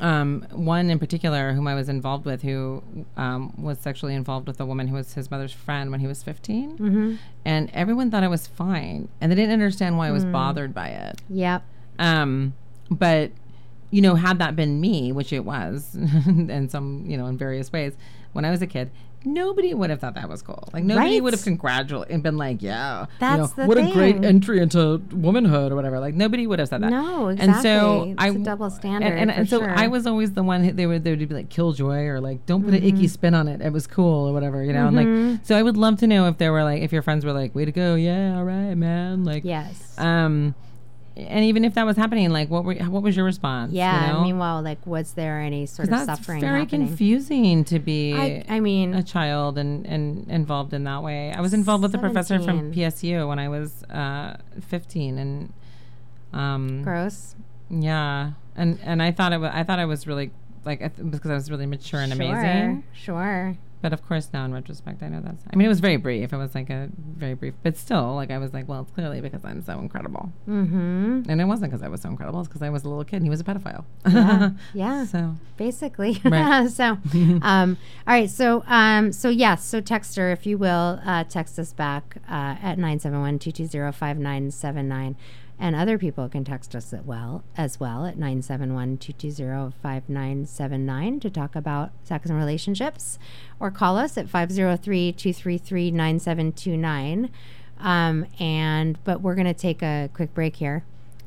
[SPEAKER 2] um, one in particular whom I was involved with who um, was sexually involved with a woman who was his mother's friend when he was 15
[SPEAKER 1] Mm-hmm.
[SPEAKER 2] and everyone thought I was fine and they didn't understand why I
[SPEAKER 1] Mm.
[SPEAKER 2] was bothered by it
[SPEAKER 1] Yep.
[SPEAKER 2] um, but you know, had that been me, which it was, and some, you know, in various ways, when I was a kid, nobody would have thought that was cool. Like nobody
[SPEAKER 1] Right.
[SPEAKER 2] would have congratulated and been like, "Yeah,
[SPEAKER 1] That's
[SPEAKER 2] you know,
[SPEAKER 1] the
[SPEAKER 2] what a great
[SPEAKER 1] thing.
[SPEAKER 2] entry into womanhood or whatever." Like nobody would have said that.
[SPEAKER 1] No,
[SPEAKER 2] And so
[SPEAKER 1] exactly. It's
[SPEAKER 2] I
[SPEAKER 1] a double standard
[SPEAKER 2] And, and,
[SPEAKER 1] for
[SPEAKER 2] and so
[SPEAKER 1] sure.
[SPEAKER 2] I was always the one who they would they would be like killjoy or like don't put an
[SPEAKER 1] Mm-hmm.
[SPEAKER 2] icky spin on it. It was cool or whatever, you know. And like so, I would love to know if there were like if your friends were like, "Way to go, yeah, all right, man," like
[SPEAKER 1] Yes.
[SPEAKER 2] um, and even if that was happening, like what were what was your response?
[SPEAKER 1] yeah.
[SPEAKER 2] you know?
[SPEAKER 1] and Meanwhile, like, was there any sort of
[SPEAKER 2] that's
[SPEAKER 1] suffering
[SPEAKER 2] very
[SPEAKER 1] happening?
[SPEAKER 2] confusing to be
[SPEAKER 1] I,
[SPEAKER 2] a
[SPEAKER 1] I mean,
[SPEAKER 2] child and and involved in that way. I was involved with a professor from
[SPEAKER 1] 17.
[SPEAKER 2] PSU when I was uh, fifteen, and um,
[SPEAKER 1] gross.
[SPEAKER 2] yeah, and and I thought it was I thought I was really like I th- because I was really mature and
[SPEAKER 1] sure,
[SPEAKER 2] amazing.
[SPEAKER 1] Sure.
[SPEAKER 2] But of course, now in retrospect, I know that's. I mean, it was very brief. It was like a very brief, but still, like I was like, well, it's clearly because I'm so incredible.
[SPEAKER 1] Mm-hmm.
[SPEAKER 2] And it wasn't because I was so incredible. It's because I was a little kid and he was a pedophile.
[SPEAKER 1] Yeah. yeah.
[SPEAKER 2] so
[SPEAKER 1] basically.
[SPEAKER 2] Right.
[SPEAKER 1] so, um, all right. So, um, so yes. So, texter, if you will, uh, text us back uh, at 971-220-5979. And other people can text us at well as well at 971-220-5979 to talk about sex and relationships or call us at 503-233-9729. Um, and but we're gonna take a quick break here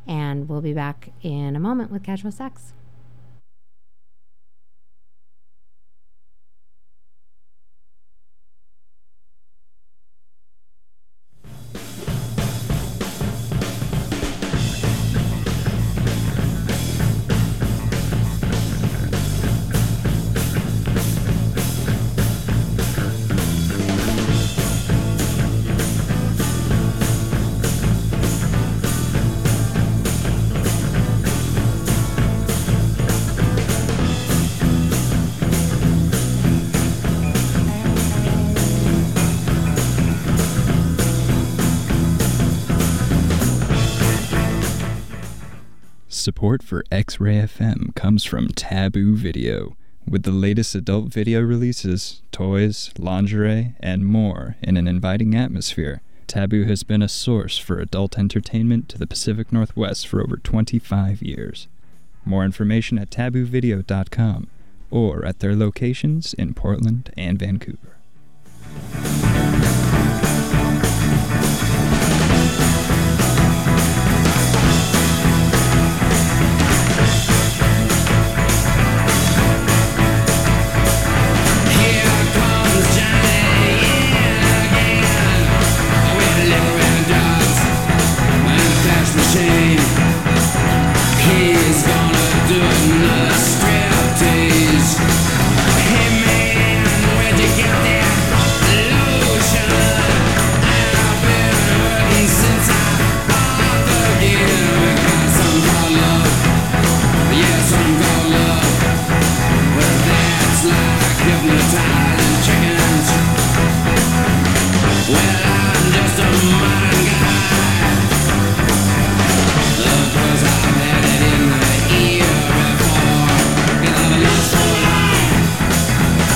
[SPEAKER 1] and we'll be back in a moment with casual sex.
[SPEAKER 4] Support for X Ray FM comes from Taboo Video, with the latest adult video releases, toys, lingerie, and more in an inviting atmosphere. Taboo has been a source for adult entertainment to the Pacific Northwest for over 25 years. More information at taboovideo.com or at their locations in Portland and Vancouver.
[SPEAKER 5] He's gonna do another striptease. Hey man, where'd you get that lotion? I've been hurting since I bought the gear. Because I'm called love, yes I'm called love. Well that's like hypnotizing chickens. Well I'm just a modern guy. Cause I've had it in my ear before And I've lost for life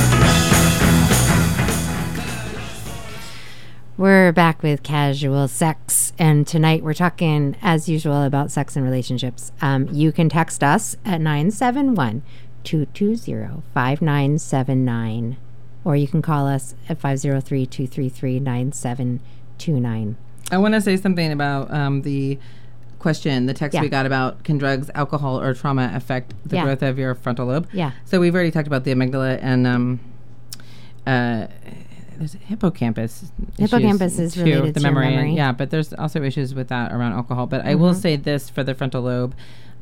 [SPEAKER 1] We're back with casual sex, and tonight we're talking, as usual, about sex and relationships. Um, you can text us at 971 220 5979, or you can call us at 503 233 9729.
[SPEAKER 2] I want to say something about um, the question, the text
[SPEAKER 1] Yeah.
[SPEAKER 2] we got about can drugs, alcohol, or trauma affect the
[SPEAKER 1] Yeah.
[SPEAKER 2] growth of your frontal lobe?
[SPEAKER 1] Yeah.
[SPEAKER 2] So we've already talked about the amygdala and um, uh, there's hippocampus. issues
[SPEAKER 1] Hippocampus is
[SPEAKER 2] too,
[SPEAKER 1] related to your memory.
[SPEAKER 2] Yeah, but there's also issues with that around alcohol. But I will say this for the frontal lobe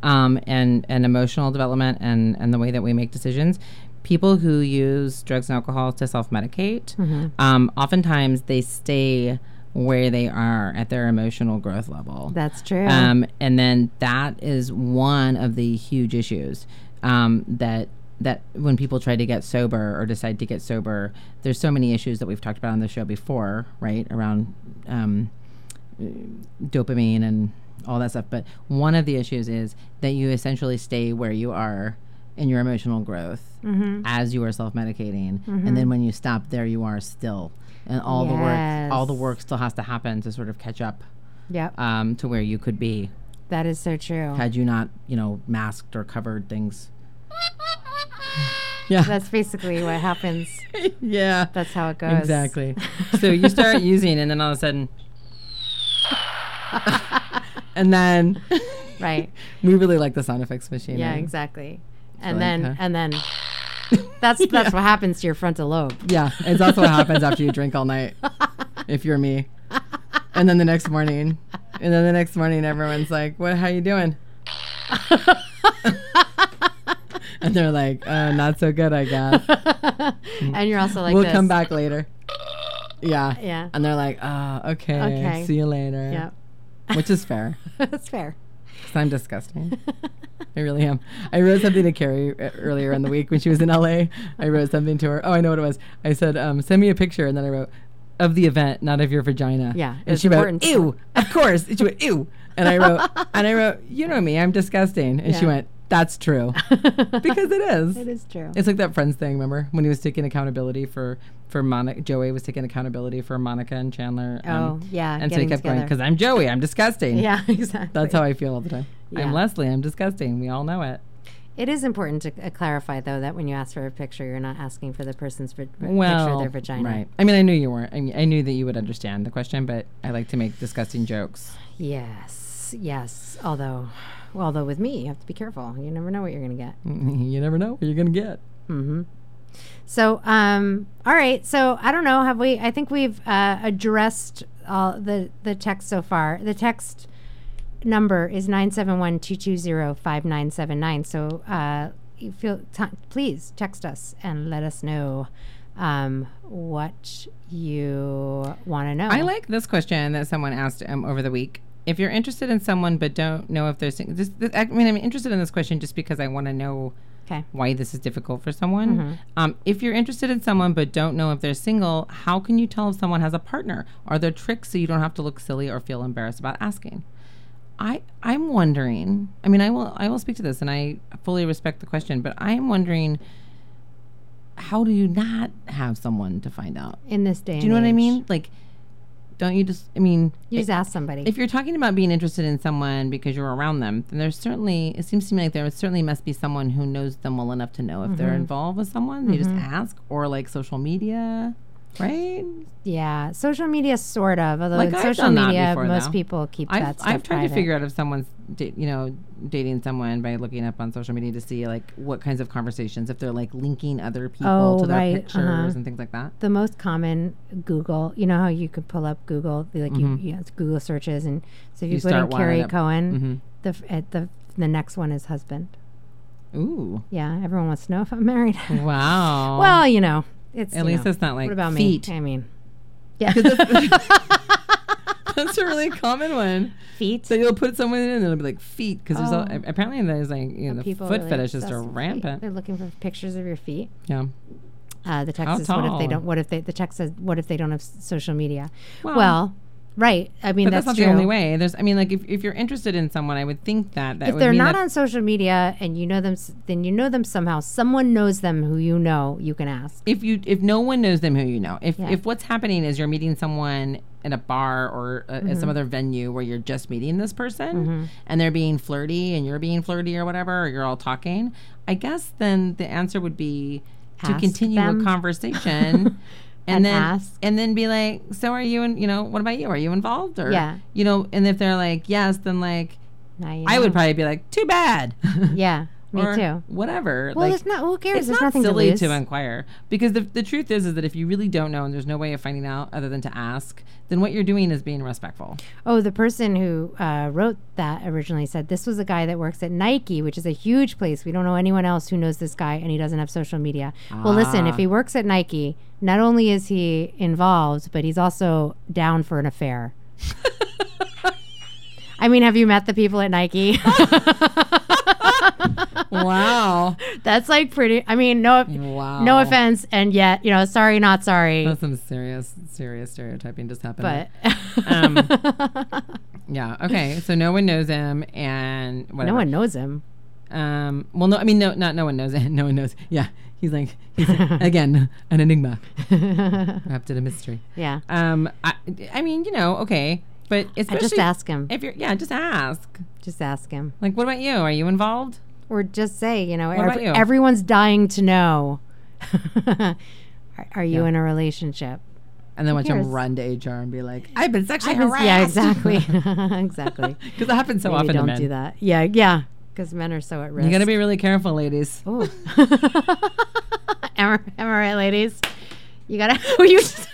[SPEAKER 2] um, and and emotional development and and the way that we make decisions. People who use drugs and alcohol to self medicate, um, oftentimes they stay where they are at their emotional growth level.
[SPEAKER 1] That's true.
[SPEAKER 2] Um, and then that is one of the huge issues um, that that when people try to get sober or decide to get sober, there's so many issues that we've talked about on the show before, right? Around um, dopamine and all that stuff. But one of the issues is that you essentially stay where you are in your emotional growth as you are self-medicating, and then when you stop, there you are still, and all the work, all the
[SPEAKER 1] Yes.
[SPEAKER 2] work still has to happen to sort of catch up
[SPEAKER 1] yep.
[SPEAKER 2] um, to where you could be
[SPEAKER 1] that is so true.
[SPEAKER 2] had you not, you know, masked or covered things. yeah.
[SPEAKER 1] That's basically what happens.
[SPEAKER 2] yeah.
[SPEAKER 1] That's how it goes.
[SPEAKER 2] exactly. so you start using, and then all of a sudden, and then
[SPEAKER 1] Right.
[SPEAKER 2] we really like the sound effects machine.
[SPEAKER 1] Yeah,
[SPEAKER 2] right?
[SPEAKER 1] exactly. And
[SPEAKER 2] like,
[SPEAKER 1] then
[SPEAKER 2] huh?
[SPEAKER 1] and then that's that's what happens to your frontal lobe.
[SPEAKER 2] Yeah, it's also what happens after you drink all night, if you're me. And then the next morning, and then the next morning, everyone's like, "What? How you doing?" and they're like, uh, "Not so good, I guess."
[SPEAKER 1] and you're also like
[SPEAKER 2] we'll
[SPEAKER 1] this.
[SPEAKER 2] come back later. Yeah.
[SPEAKER 1] Yeah.
[SPEAKER 2] And they're like, oh, okay.
[SPEAKER 1] Okay.
[SPEAKER 2] See you later.
[SPEAKER 1] Yep.
[SPEAKER 2] Which is fair
[SPEAKER 1] that's fair.
[SPEAKER 2] because I'm disgusting. I really am. I wrote something to Carrie uh, earlier in the week when she was in LA. I wrote something to her. Oh, I know what it was. I said, um, send me a picture. And then I wrote, of the event, not of your vagina.
[SPEAKER 1] Yeah,
[SPEAKER 2] And
[SPEAKER 1] it's
[SPEAKER 2] she wrote,
[SPEAKER 1] important.
[SPEAKER 2] ew, of course. And she went, ew. And I wrote, and I wrote, you know me, I'm disgusting. And she
[SPEAKER 1] Yeah.
[SPEAKER 2] went, that's true. Because it is.
[SPEAKER 1] It is true.
[SPEAKER 2] It's like that Friends thing, remember when he was taking accountability for for Monica. Joey was taking accountability for Monica and Chandler. um,
[SPEAKER 1] Oh, yeah,
[SPEAKER 2] and so he
[SPEAKER 1] getting
[SPEAKER 2] kept going
[SPEAKER 1] together.
[SPEAKER 2] because I'm Joey. I'm disgusting.
[SPEAKER 1] yeah, exactly.
[SPEAKER 2] that's how I feel all the time.
[SPEAKER 1] Yeah.
[SPEAKER 2] I'm Leslie. I'm disgusting. We all know it.
[SPEAKER 1] It is important to uh, clarify, though, that when you ask for a picture, you're not asking for the person's vi- vi- picture
[SPEAKER 2] Well,
[SPEAKER 1] of their vagina.
[SPEAKER 2] right. I mean, I knew you weren't. I, mean, I knew that you would understand the question, but I like to make disgusting jokes.
[SPEAKER 1] Yes, yes. Although, well, although with me, you have to be careful. You never know what you're going to get.
[SPEAKER 2] you never know what you're gonna get.
[SPEAKER 1] So, um, all right. So I don't know. Have we? I think we've uh, addressed all the the text so far. The text number is nine seven one two two zero five nine seven nine. So, uh, you feel t- please text us and let us know um, what you want to know.
[SPEAKER 2] I like this question that someone asked um, over the week. If you're interested in someone but don't know if there's, this, this, I mean, I'm interested in this question just because I want to know
[SPEAKER 1] Okay.
[SPEAKER 2] why this is difficult for someone. Um, if you're interested in someone but don't know if they're single, how can you tell if someone has a partner? Are there tricks so you don't have to look silly or feel embarrassed about asking? I I'm wondering. I mean, I will I will speak to this, and I fully respect the question, but I am wondering. How do you not have someone to find out?
[SPEAKER 1] in this day.
[SPEAKER 2] Do you know what I mean? Like, don't you just? I mean,
[SPEAKER 1] You just ask somebody.
[SPEAKER 2] if you're talking about being interested in someone because you're around them, then there's certainly it seems to me like there certainly must be someone who knows them well enough to know if
[SPEAKER 1] Mm-hmm.
[SPEAKER 2] they're involved with someone. They just ask or like social media, right?
[SPEAKER 1] yeah, social media sort of. Although
[SPEAKER 2] Like,
[SPEAKER 1] in
[SPEAKER 2] I've
[SPEAKER 1] social
[SPEAKER 2] done that
[SPEAKER 1] media,
[SPEAKER 2] before,
[SPEAKER 1] most
[SPEAKER 2] though.
[SPEAKER 1] people keep
[SPEAKER 2] I've,
[SPEAKER 1] that stuff
[SPEAKER 2] I've tried
[SPEAKER 1] private.
[SPEAKER 2] to figure out if someone's da- you know dating someone by looking up on social media to see like what kinds of conversations if they're like linking other people
[SPEAKER 1] Oh,
[SPEAKER 2] to their
[SPEAKER 1] right,
[SPEAKER 2] pictures
[SPEAKER 1] uh-huh.
[SPEAKER 2] and things like that.
[SPEAKER 1] the most common Google, you know how you could pull up Google, like you, you know, it's Google searches, and so if you,
[SPEAKER 2] Mm-hmm. You
[SPEAKER 1] put in
[SPEAKER 2] start Mm-hmm. one and
[SPEAKER 1] Carrie
[SPEAKER 2] it-
[SPEAKER 1] Cohen, the f at the the next one is husband.
[SPEAKER 2] Ooh,
[SPEAKER 1] Yeah, everyone wants to know if I'm married.
[SPEAKER 2] wow.
[SPEAKER 1] well, you know, it's
[SPEAKER 2] at
[SPEAKER 1] you
[SPEAKER 2] least
[SPEAKER 1] know,
[SPEAKER 2] it's not like
[SPEAKER 1] what about
[SPEAKER 2] feet.
[SPEAKER 1] me? I mean,
[SPEAKER 2] That's a really common one.
[SPEAKER 1] feet.
[SPEAKER 2] So you'll put someone in and it'll be like feet because there's all,
[SPEAKER 1] Oh.
[SPEAKER 2] apparently there's like you know the
[SPEAKER 1] People
[SPEAKER 2] foot
[SPEAKER 1] really
[SPEAKER 2] fetishes
[SPEAKER 1] obsessed
[SPEAKER 2] are
[SPEAKER 1] with feet.
[SPEAKER 2] rampant.
[SPEAKER 1] They're looking for pictures of your feet.
[SPEAKER 2] Yeah.
[SPEAKER 1] Uh, the text
[SPEAKER 2] How
[SPEAKER 1] is what if they
[SPEAKER 2] tall?
[SPEAKER 1] don't? What if they? The text says what if they don't have s- social media? Well,
[SPEAKER 2] Well-
[SPEAKER 1] right. I mean,
[SPEAKER 2] But that's, not
[SPEAKER 1] true.
[SPEAKER 2] the only way. There's I mean like if, if you're interested in someone, I would think that that
[SPEAKER 1] if
[SPEAKER 2] would
[SPEAKER 1] they're
[SPEAKER 2] mean
[SPEAKER 1] not
[SPEAKER 2] that,
[SPEAKER 1] on social media and you know them, s- then you know them somehow. Someone knows them who you know. You can ask.
[SPEAKER 2] if you if no one knows them who you know. If
[SPEAKER 1] Yeah.
[SPEAKER 2] if what's happening is you're meeting someone at a bar or uh,
[SPEAKER 1] Mm-hmm.
[SPEAKER 2] at some other venue where you're just meeting this person and they're being flirty and you're being flirty or whatever or you're all talking, I guess then the answer would be to
[SPEAKER 1] Ask
[SPEAKER 2] continue
[SPEAKER 1] them.
[SPEAKER 2] a conversation
[SPEAKER 1] And
[SPEAKER 2] and then
[SPEAKER 1] ask.
[SPEAKER 2] and then be like, so are you? And you know, what about you? Are you involved? Or
[SPEAKER 1] Yeah.
[SPEAKER 2] you know, and if they're like yes, then like
[SPEAKER 1] Now you
[SPEAKER 2] I would
[SPEAKER 1] know.
[SPEAKER 2] probably be like, too bad.
[SPEAKER 1] Yeah, me
[SPEAKER 2] Or
[SPEAKER 1] too.
[SPEAKER 2] Whatever.
[SPEAKER 1] Well,
[SPEAKER 2] like,
[SPEAKER 1] it's not. Who cares?
[SPEAKER 2] it's
[SPEAKER 1] There's
[SPEAKER 2] not
[SPEAKER 1] nothing
[SPEAKER 2] silly
[SPEAKER 1] to
[SPEAKER 2] to,
[SPEAKER 1] lose.
[SPEAKER 2] inquire because the, the truth is is that if you really don't know and there's no way of finding out other than to ask, then what you're doing is being respectful.
[SPEAKER 1] Oh, the person who uh, wrote that originally said this was a guy that works at Nike, which is a huge place. We don't know anyone else who knows this guy, and he doesn't have social media. Well, listen,
[SPEAKER 2] Ah.
[SPEAKER 1] if he works at Nike, not only is he involved, but he's also down for an affair. I mean, have you met the people at Nike?
[SPEAKER 2] wow.
[SPEAKER 1] That's like pretty. I mean, no,
[SPEAKER 2] Wow.
[SPEAKER 1] no offense, and yet you know, sorry, not sorry,
[SPEAKER 2] That's some serious, serious stereotyping just happened.
[SPEAKER 1] but
[SPEAKER 2] um, yeah. Okay. So no one knows him, and whatever.
[SPEAKER 1] no one knows him.
[SPEAKER 2] Um, well, no, I mean, no, not no one knows. it. No one knows. Yeah, he's like he's again an enigma wrapped in a mystery.
[SPEAKER 1] Yeah,
[SPEAKER 2] Um, I, I mean, you know, okay, but
[SPEAKER 1] I
[SPEAKER 2] especially
[SPEAKER 1] just ask him.
[SPEAKER 2] if you're, yeah, just ask.
[SPEAKER 1] Just ask him.
[SPEAKER 2] Like, what about you? Are you involved?
[SPEAKER 1] or just say, you know,
[SPEAKER 2] about
[SPEAKER 1] ev-
[SPEAKER 2] you?
[SPEAKER 1] everyone's dying to know. are, are you in a relationship?
[SPEAKER 2] And then watch
[SPEAKER 1] cares?
[SPEAKER 2] him run to HR and be like, "I've been sexually
[SPEAKER 1] I've been-
[SPEAKER 2] harassed."
[SPEAKER 1] yeah, exactly, exactly.
[SPEAKER 2] Because it happens so
[SPEAKER 1] Maybe
[SPEAKER 2] often. to
[SPEAKER 1] don't
[SPEAKER 2] men.
[SPEAKER 1] do that. Yeah, yeah, because men are so at risk.
[SPEAKER 2] You gotta be really careful, ladies.
[SPEAKER 1] Ooh. am, I, am I right, ladies? You gotta. Oh, you just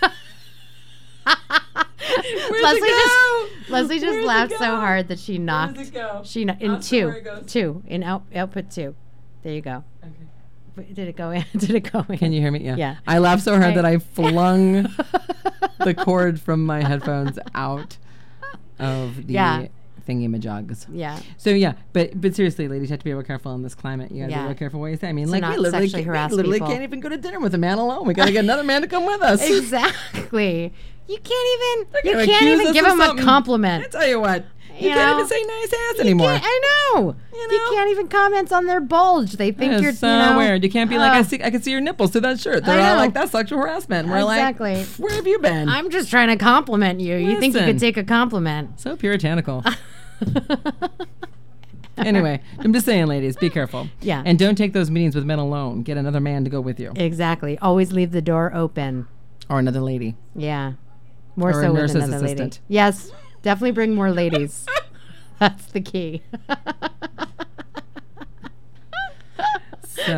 [SPEAKER 1] Leslie
[SPEAKER 2] go?
[SPEAKER 1] just Leslie just
[SPEAKER 2] Where's it
[SPEAKER 1] laughed so
[SPEAKER 2] go?
[SPEAKER 1] hard that she knocked.
[SPEAKER 2] it go?
[SPEAKER 1] She kno- in
[SPEAKER 2] That's
[SPEAKER 1] two,
[SPEAKER 2] where it goes.
[SPEAKER 1] two in out, output two. There you go. Okay. Did it go in? Did it go in?
[SPEAKER 2] Can you hear me? Yeah.
[SPEAKER 1] Yeah.
[SPEAKER 2] I laughed so hard
[SPEAKER 1] Right.
[SPEAKER 2] that I flung the cord from my headphones out of the
[SPEAKER 1] Yeah.
[SPEAKER 2] thingy majogs.
[SPEAKER 1] Yeah.
[SPEAKER 2] So yeah, but but seriously, ladies, you have to be real careful in this climate. You gotta
[SPEAKER 1] Yeah.
[SPEAKER 2] be real careful what you say. I mean, like
[SPEAKER 1] not
[SPEAKER 2] we literally,
[SPEAKER 1] sexually
[SPEAKER 2] can't,
[SPEAKER 1] harass
[SPEAKER 2] we literally
[SPEAKER 1] people.
[SPEAKER 2] can't even go to dinner with a man alone. We gotta get another man to come with us.
[SPEAKER 1] Exactly. You can't even.
[SPEAKER 2] gonna
[SPEAKER 1] You can't
[SPEAKER 2] accuse
[SPEAKER 1] even
[SPEAKER 2] us
[SPEAKER 1] give
[SPEAKER 2] of
[SPEAKER 1] him a
[SPEAKER 2] something. I
[SPEAKER 1] compliment.
[SPEAKER 2] tell you what, you,
[SPEAKER 1] You
[SPEAKER 2] can't
[SPEAKER 1] know,
[SPEAKER 2] even say nice ass anymore.
[SPEAKER 1] Can't- I know. You,
[SPEAKER 2] You know?
[SPEAKER 1] can't even comment on their bulge. They think
[SPEAKER 2] It's
[SPEAKER 1] you're
[SPEAKER 2] so
[SPEAKER 1] you know,
[SPEAKER 2] weird. You can't be like, I
[SPEAKER 1] uh,
[SPEAKER 2] see, I can see your nipples through that shirt.
[SPEAKER 1] I
[SPEAKER 2] They're all
[SPEAKER 1] know.
[SPEAKER 2] like, that's sexual harassment. We're
[SPEAKER 1] Exactly.
[SPEAKER 2] like, where have you been?
[SPEAKER 1] I'm just trying to compliment you. You think you could
[SPEAKER 2] Listen.
[SPEAKER 1] take a compliment?
[SPEAKER 2] so puritanical. anyway, I'm just saying, ladies, be careful.
[SPEAKER 1] Yeah.
[SPEAKER 2] And don't take those meetings with men alone. Get another man to go with you,
[SPEAKER 1] exactly. Always leave the door open.
[SPEAKER 2] or another lady.
[SPEAKER 1] Yeah. More
[SPEAKER 2] Or a
[SPEAKER 1] so with
[SPEAKER 2] nurse's
[SPEAKER 1] another lady.
[SPEAKER 2] assistant.
[SPEAKER 1] Yes. Definitely bring more ladies. That's the key.
[SPEAKER 2] So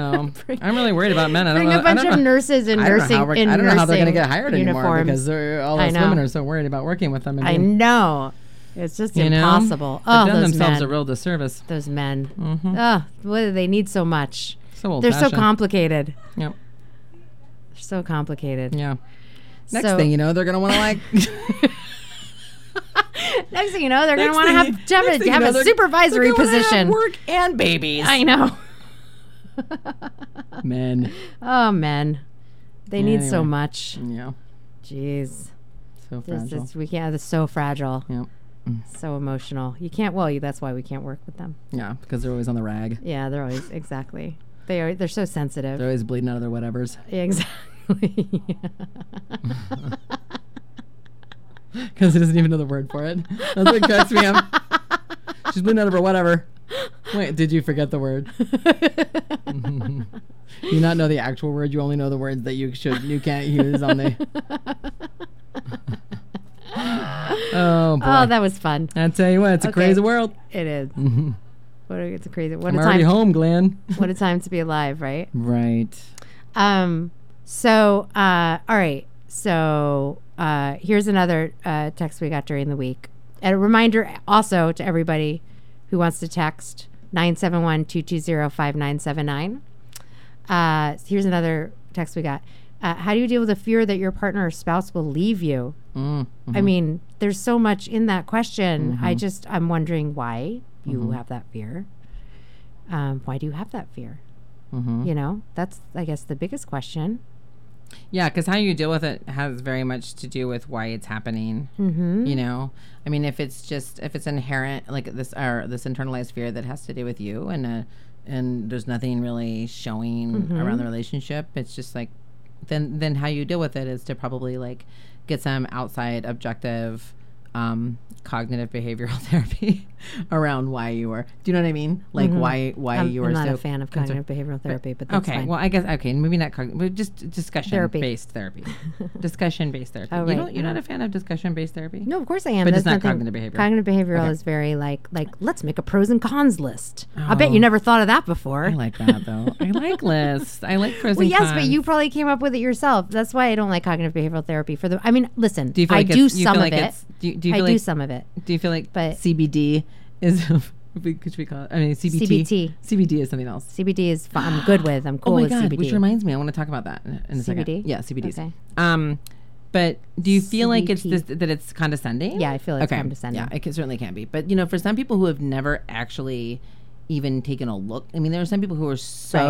[SPEAKER 2] I'm really worried about men. I don't
[SPEAKER 1] Bring
[SPEAKER 2] know.
[SPEAKER 1] a bunch
[SPEAKER 2] I don't
[SPEAKER 1] of
[SPEAKER 2] know.
[SPEAKER 1] nurses in
[SPEAKER 2] I don't know
[SPEAKER 1] nursing.
[SPEAKER 2] how, we're-
[SPEAKER 1] in
[SPEAKER 2] I don't know how they're going to
[SPEAKER 1] nursing
[SPEAKER 2] get hired anymore
[SPEAKER 1] uniforms.
[SPEAKER 2] because they're- all
[SPEAKER 1] I
[SPEAKER 2] those
[SPEAKER 1] know.
[SPEAKER 2] women are so worried about working with them.
[SPEAKER 1] I
[SPEAKER 2] mean,
[SPEAKER 1] know. It's just
[SPEAKER 2] you know,
[SPEAKER 1] impossible.
[SPEAKER 2] They've
[SPEAKER 1] Oh,
[SPEAKER 2] done
[SPEAKER 1] those
[SPEAKER 2] themselves
[SPEAKER 1] men.
[SPEAKER 2] a real disservice.
[SPEAKER 1] those men. Oh, what do they need so much?
[SPEAKER 2] Mm-hmm. So old
[SPEAKER 1] They're so complicated.
[SPEAKER 2] Yep.
[SPEAKER 1] They're so complicated.
[SPEAKER 2] Yeah. Next
[SPEAKER 1] So-
[SPEAKER 2] thing you know, they're going to want to like.
[SPEAKER 1] Next thing you know, they're going to
[SPEAKER 2] next
[SPEAKER 1] want to
[SPEAKER 2] thing-
[SPEAKER 1] have, to have,
[SPEAKER 2] next
[SPEAKER 1] a,
[SPEAKER 2] thing you
[SPEAKER 1] have
[SPEAKER 2] know,
[SPEAKER 1] a
[SPEAKER 2] they're-
[SPEAKER 1] supervisory
[SPEAKER 2] they're gonna wanna have
[SPEAKER 1] position.
[SPEAKER 2] work and babies.
[SPEAKER 1] I know.
[SPEAKER 2] men.
[SPEAKER 1] Oh, men. They need so
[SPEAKER 2] Anyway.
[SPEAKER 1] much.
[SPEAKER 2] Yeah.
[SPEAKER 1] Jeez.
[SPEAKER 2] So
[SPEAKER 1] This
[SPEAKER 2] fragile.
[SPEAKER 1] is- we can't, they're so fragile,
[SPEAKER 2] yeah.
[SPEAKER 1] so emotional. You can't, well, you, that's why we can't work with them.
[SPEAKER 2] Yeah. Because they're always on the rag.
[SPEAKER 1] Yeah, they're always, exactly. They are, they're so sensitive.
[SPEAKER 2] They're always bleeding out of their whatevers.
[SPEAKER 1] Yeah, exactly.
[SPEAKER 2] Because it doesn't even know the word for it. That's what cracks me up. She's bleeding out of her whatever. Wait, did you forget the word? you not know the actual word. You only know the words that you should you can't use on the. oh boy!
[SPEAKER 1] oh, that was fun.
[SPEAKER 2] I tell you what, it's a
[SPEAKER 1] Okay.
[SPEAKER 2] crazy world.
[SPEAKER 1] It is. What a, it's a crazy. What
[SPEAKER 2] Mm-hmm. I'm
[SPEAKER 1] a
[SPEAKER 2] already
[SPEAKER 1] time.
[SPEAKER 2] home, Mm-hmm. Glenn.
[SPEAKER 1] What a time to be alive, right?
[SPEAKER 2] Right.
[SPEAKER 1] Um. So, uh, all right. So, uh, here's another uh, text we got during the week. And a reminder also to everybody who wants to text 971 220 5979. Uh, here's another text we got. Uh, how do you deal with the fear that your partner or spouse will leave you? I mean, there's so much in that question. I just, I'm wondering why you have that fear. Um, why do you have that fear?
[SPEAKER 2] Mm-hmm.
[SPEAKER 1] You know, that's, I guess, the biggest question.
[SPEAKER 2] Yeah, because how you deal with it has very much to do with why it's happening.
[SPEAKER 1] Mm-hmm.
[SPEAKER 2] You know, I mean, if it's just if it's inherent, like this or this internalized fear that has to do with you, and uh, and there's nothing really showing
[SPEAKER 1] Mm-hmm.
[SPEAKER 2] around the relationship, it's just like then then how you deal with it is to probably like get some outside objective um, cognitive behavioral therapy around why you were. Do you know what I mean? Like why why
[SPEAKER 1] Mm-hmm. I'm,
[SPEAKER 2] you
[SPEAKER 1] I'm
[SPEAKER 2] were
[SPEAKER 1] not
[SPEAKER 2] so
[SPEAKER 1] a fan of
[SPEAKER 2] concerned.
[SPEAKER 1] cognitive behavioral therapy, but, that's
[SPEAKER 2] Okay,
[SPEAKER 1] fine.
[SPEAKER 2] well, I guess okay, and maybe not cognitive, but just discussion
[SPEAKER 1] Therapy.
[SPEAKER 2] based therapy, discussion based therapy.
[SPEAKER 1] Oh,
[SPEAKER 2] you
[SPEAKER 1] right,
[SPEAKER 2] don't, you're
[SPEAKER 1] yeah.
[SPEAKER 2] not a fan of discussion based therapy.
[SPEAKER 1] no, of course I am.
[SPEAKER 2] But
[SPEAKER 1] That's
[SPEAKER 2] it's not
[SPEAKER 1] nothing-
[SPEAKER 2] cognitive behavioral.
[SPEAKER 1] Cognitive behavioral
[SPEAKER 2] Okay.
[SPEAKER 1] is very like like let's make a pros and cons list. I bet you never thought of that before.
[SPEAKER 2] Oh. I like that though. I like lists. I like pros
[SPEAKER 1] well,
[SPEAKER 2] and
[SPEAKER 1] yes,
[SPEAKER 2] cons.
[SPEAKER 1] but you probably came up with it yourself. That's why I don't like cognitive behavioral therapy. For the, I mean, listen,
[SPEAKER 2] Do you feel
[SPEAKER 1] I
[SPEAKER 2] like
[SPEAKER 1] do
[SPEAKER 2] it's- you feel
[SPEAKER 1] some of
[SPEAKER 2] like
[SPEAKER 1] it.
[SPEAKER 2] it's- do you- do you
[SPEAKER 1] I
[SPEAKER 2] feel
[SPEAKER 1] do
[SPEAKER 2] like-
[SPEAKER 1] some of it.
[SPEAKER 2] do you feel like
[SPEAKER 1] but-
[SPEAKER 2] CBD is could we call it? I mean CBT.
[SPEAKER 1] CBT.
[SPEAKER 2] CBD is something else.
[SPEAKER 1] CBD is fun. I'm good with. I'm cool
[SPEAKER 2] oh my
[SPEAKER 1] with
[SPEAKER 2] god!
[SPEAKER 1] CBD.
[SPEAKER 2] Which reminds me, I want to talk about that in a
[SPEAKER 1] CBD?
[SPEAKER 2] second. Yeah, CBD. 's.
[SPEAKER 1] Okay.
[SPEAKER 2] Um, but do you feel like it's this,
[SPEAKER 1] CBT.
[SPEAKER 2] that it's condescending?
[SPEAKER 1] Yeah, I feel it's condescending.
[SPEAKER 2] Yeah, it can, certainly can be. But you know, for some people who have never actually even taken a look, I mean, there are some people who are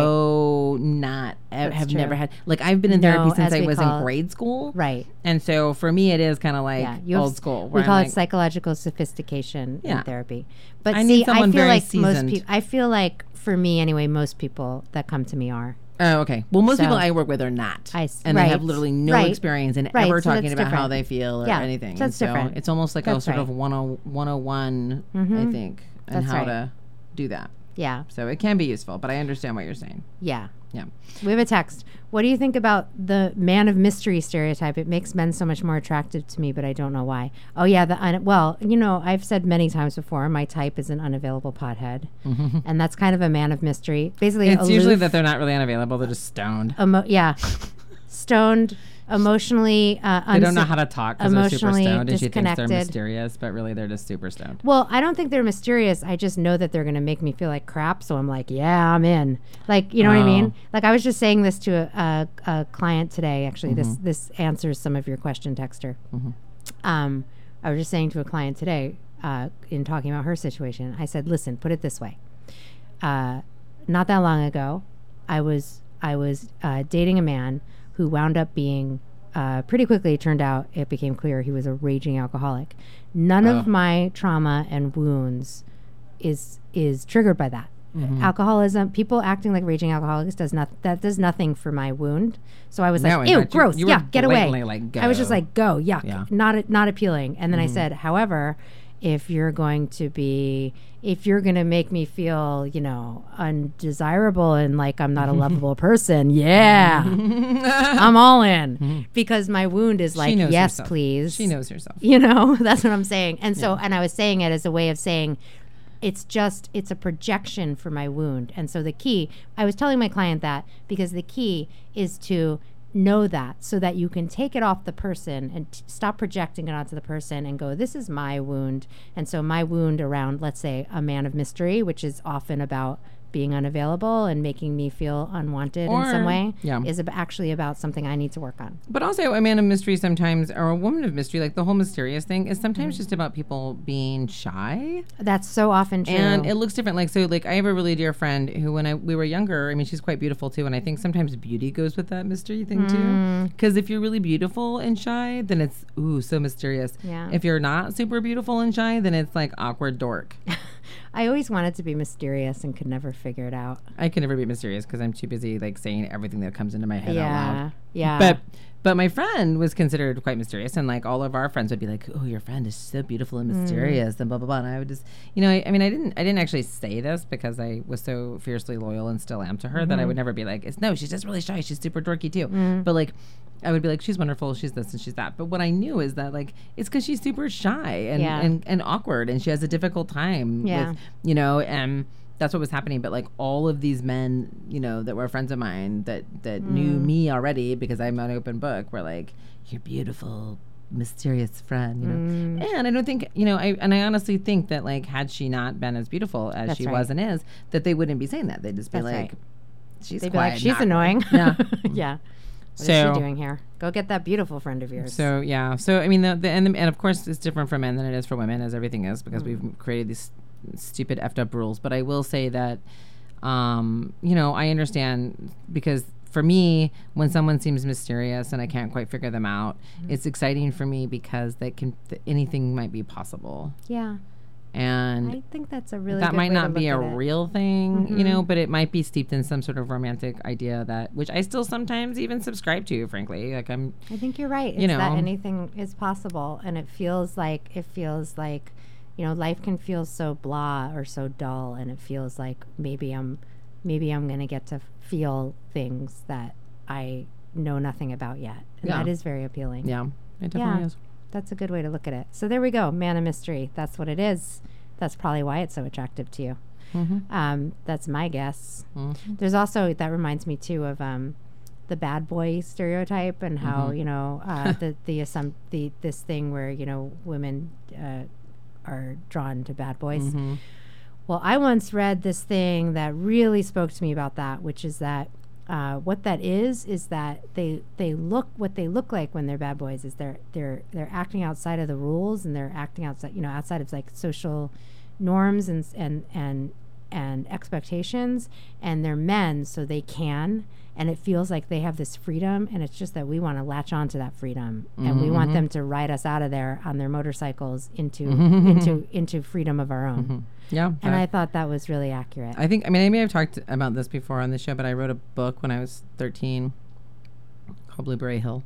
[SPEAKER 2] so not have, have
[SPEAKER 1] true.
[SPEAKER 2] never had. Like I've been in
[SPEAKER 1] No,
[SPEAKER 2] therapy since
[SPEAKER 1] as
[SPEAKER 2] I
[SPEAKER 1] we
[SPEAKER 2] was
[SPEAKER 1] call it-
[SPEAKER 2] in grade school,
[SPEAKER 1] right.
[SPEAKER 2] And so for me, it is kind of like
[SPEAKER 1] Yeah, you have
[SPEAKER 2] old
[SPEAKER 1] s-
[SPEAKER 2] school.
[SPEAKER 1] We
[SPEAKER 2] where I'm
[SPEAKER 1] call it
[SPEAKER 2] like,
[SPEAKER 1] psychological sophistication
[SPEAKER 2] Yeah.
[SPEAKER 1] in therapy. But
[SPEAKER 2] I need
[SPEAKER 1] see, I
[SPEAKER 2] someone
[SPEAKER 1] feel
[SPEAKER 2] very
[SPEAKER 1] like most
[SPEAKER 2] seasoned.
[SPEAKER 1] people. I feel like for me anyway, most people that come to me are
[SPEAKER 2] Oh, okay. Well, most people
[SPEAKER 1] So-
[SPEAKER 2] I work with are not,
[SPEAKER 1] I s-
[SPEAKER 2] and they have
[SPEAKER 1] right,
[SPEAKER 2] literally no
[SPEAKER 1] right,
[SPEAKER 2] experience in
[SPEAKER 1] right,
[SPEAKER 2] ever
[SPEAKER 1] so
[SPEAKER 2] talking
[SPEAKER 1] that's
[SPEAKER 2] about how
[SPEAKER 1] different.
[SPEAKER 2] they feel or
[SPEAKER 1] Yeah,
[SPEAKER 2] anything.
[SPEAKER 1] so that's
[SPEAKER 2] so
[SPEAKER 1] different.
[SPEAKER 2] It's almost like
[SPEAKER 1] That's
[SPEAKER 2] a sort of oh,
[SPEAKER 1] right. Mm-hmm.
[SPEAKER 2] 10- 101, I think, and
[SPEAKER 1] That's
[SPEAKER 2] how
[SPEAKER 1] right.
[SPEAKER 2] to do that.
[SPEAKER 1] yeah,
[SPEAKER 2] So it can be useful, but I understand what you're saying.
[SPEAKER 1] yeah.
[SPEAKER 2] Yeah.
[SPEAKER 1] We have a text. What do you think about the man of mystery stereotype? It makes men so much more attractive to me, but I don't know why. Oh yeah, the un- well, you know, I've said many times before, my type is an unavailable pothead, and that's kind of a man of mystery. Basically,
[SPEAKER 2] It's usually
[SPEAKER 1] aloof, Um,
[SPEAKER 2] that they're not really unavailable. They're just stoned.
[SPEAKER 1] emo- yeah, stoned, emotionally. Uh,
[SPEAKER 2] They don't know how to talk because they're super
[SPEAKER 1] emotionally
[SPEAKER 2] stoned, and she thinks they're
[SPEAKER 1] disconnected.
[SPEAKER 2] mysterious, but really they're just super stoned.
[SPEAKER 1] Well, I don't think they're mysterious. I just know that they're going to make me feel like crap. So I'm like, yeah, I'm in. Like, you know what I mean? Like, I was just saying this to a, a, a client today. Actually, this this answers some of your question, Texter. Um, I was just saying to a client today uh, in talking about her situation. I said, listen, put it this way. Uh, not that long ago, I was I was uh, dating a man who wound up being. Uh, pretty quickly, it turned out it became clear he was a raging alcoholic. None of my trauma and wounds is is triggered by that.
[SPEAKER 2] Mm-hmm.
[SPEAKER 1] Alcoholism, people acting like raging alcoholics does not that does nothing for my wound. So I was
[SPEAKER 2] No,
[SPEAKER 1] like,
[SPEAKER 2] in
[SPEAKER 1] ew,
[SPEAKER 2] fact, you-
[SPEAKER 1] gross,
[SPEAKER 2] you were
[SPEAKER 1] yeah, get away.
[SPEAKER 2] blatantly like,
[SPEAKER 1] I was just
[SPEAKER 2] go.
[SPEAKER 1] like like go yuck
[SPEAKER 2] Yeah. Mm-hmm.
[SPEAKER 1] not not appealing and then i said however if you're going to be if you're going to make me feel you know undesirable and like i'm not a lovable person yeah i'm all in because my wound is like
[SPEAKER 2] Mm-hmm. knows
[SPEAKER 1] yes
[SPEAKER 2] herself.
[SPEAKER 1] please
[SPEAKER 2] She knows herself.
[SPEAKER 1] you know that's what i'm saying and so and i was saying it as a way of saying it's just it's a projection for my wound and so the key i was telling my client that because the key is to know that so that you can take it off the person and t- stop projecting it onto the person and go this is my wound and so my wound around let's say a man of mystery which is often about being unavailable and making me feel unwanted in some
[SPEAKER 2] Or-
[SPEAKER 1] way
[SPEAKER 2] yeah.
[SPEAKER 1] is ab- actually about something i need to work on
[SPEAKER 2] But also, a man of mystery sometimes, or a woman of mystery, like the whole mysterious thing, is sometimes
[SPEAKER 1] Mm-hmm.
[SPEAKER 2] just about people being shy.
[SPEAKER 1] that's so often true
[SPEAKER 2] and it looks different. Like so, like I have a really dear friend who, when I we were younger, I mean, she's quite beautiful too, and I think sometimes beauty goes with that mystery thing
[SPEAKER 1] Hmm.
[SPEAKER 2] too. Because if you're really beautiful and shy, then it's ooh so mysterious.
[SPEAKER 1] Yeah.
[SPEAKER 2] If you're not super beautiful and shy, then it's like awkward dork.
[SPEAKER 1] I always wanted to be mysterious and could never figure it out.
[SPEAKER 2] I can never be mysterious because I'm too busy like saying everything that comes into my head out
[SPEAKER 1] yeah.
[SPEAKER 2] loud.
[SPEAKER 1] Yeah.
[SPEAKER 2] But but my friend was considered quite mysterious, and like all of our friends would be like, "Oh, your friend is so beautiful
[SPEAKER 1] Hmm.
[SPEAKER 2] and mysterious," and blah blah blah. And I would just, you know, I, I mean, I didn't, I didn't actually say this because I was so fiercely loyal and still am to her
[SPEAKER 1] Mm-hmm.
[SPEAKER 2] that I would never be like, "It's no, she's just really shy. She's super dorky too." But like. I would be like, she's wonderful, she's this and she's that. But what I knew is that like it's because she's super shy and,
[SPEAKER 1] Yeah.
[SPEAKER 2] and and awkward, and she has a difficult time.
[SPEAKER 1] Yeah.
[SPEAKER 2] with, you know, and that's what was happening. But like all of these men, you know, that were friends of mine that that
[SPEAKER 1] Mm.
[SPEAKER 2] knew me already because I'm an open book, were like, "You're beautiful." mysterious friend you know
[SPEAKER 1] Mm.
[SPEAKER 2] and i don't think you know i and i honestly think that like had she not been as beautiful as
[SPEAKER 1] That's
[SPEAKER 2] she
[SPEAKER 1] right.
[SPEAKER 2] was and is that they wouldn't be saying that they'd just be
[SPEAKER 1] That's
[SPEAKER 2] like
[SPEAKER 1] right.
[SPEAKER 2] she's
[SPEAKER 1] They'd be
[SPEAKER 2] quiet
[SPEAKER 1] like,
[SPEAKER 2] and
[SPEAKER 1] she's
[SPEAKER 2] awkward."
[SPEAKER 1] annoying.
[SPEAKER 2] Yeah.
[SPEAKER 1] yeah. What is
[SPEAKER 2] So-
[SPEAKER 1] she doing here? Go get that beautiful friend of yours.
[SPEAKER 2] So yeah, so I mean, the, the and the, and of course it's different for men than it is for women, as everything is, because
[SPEAKER 1] Mm-hmm.
[SPEAKER 2] we've created these stupid effed up rules. But I will say that, um, you know, I understand because for me, when someone seems mysterious and I can't quite figure them out,
[SPEAKER 1] Mm-hmm.
[SPEAKER 2] it's exciting for me because that can that anything might be possible,
[SPEAKER 1] yeah.
[SPEAKER 2] and
[SPEAKER 1] I think that's a really
[SPEAKER 2] that
[SPEAKER 1] good way
[SPEAKER 2] might
[SPEAKER 1] to
[SPEAKER 2] not be a
[SPEAKER 1] look at Mm-hmm. it.
[SPEAKER 2] real thing, you know, but it might be steeped in some sort of romantic idea that, which I still sometimes even subscribe to, frankly. Like I'm,
[SPEAKER 1] I think you're right. It's
[SPEAKER 2] you
[SPEAKER 1] that
[SPEAKER 2] know.
[SPEAKER 1] anything is possible and it feels like it feels like you know, life can feel so blah or so dull, and it feels like maybe I'm, maybe I'm gonna get to feel things that I know nothing about yet, and
[SPEAKER 2] Yeah.
[SPEAKER 1] that is very appealing.
[SPEAKER 2] Yeah, it definitely
[SPEAKER 1] Yeah.
[SPEAKER 2] is.
[SPEAKER 1] That's a good way to look at it. So there we go, man of mystery. That's what it is. That's probably why it's so attractive to you.
[SPEAKER 2] Mm-hmm.
[SPEAKER 1] Um, that's my guess. There's also that reminds me too of um, the bad boy stereotype and
[SPEAKER 2] Mm-hmm.
[SPEAKER 1] how you know uh, the the, assum- the this thing where you know women uh, are drawn to bad boys.
[SPEAKER 2] Mm-hmm.
[SPEAKER 1] Well, I once read this thing that really spoke to me about that, which is that uh, what that is is that they they look what they look like when they're bad boys is they're they're they're acting outside of the rules and they're acting outside you know outside of like social norms and s- and and and expectations and they're men so they can and it feels like they have this freedom and it's just that we want to latch on to that freedom and we want them to ride us out of there on their motorcycles into into into freedom of our own
[SPEAKER 2] Yeah,
[SPEAKER 1] and
[SPEAKER 2] I,
[SPEAKER 1] I thought that was really accurate.
[SPEAKER 2] I think I mean I may have talked about this before on the show, but I wrote a book when I was thirteen called Blueberry Hill.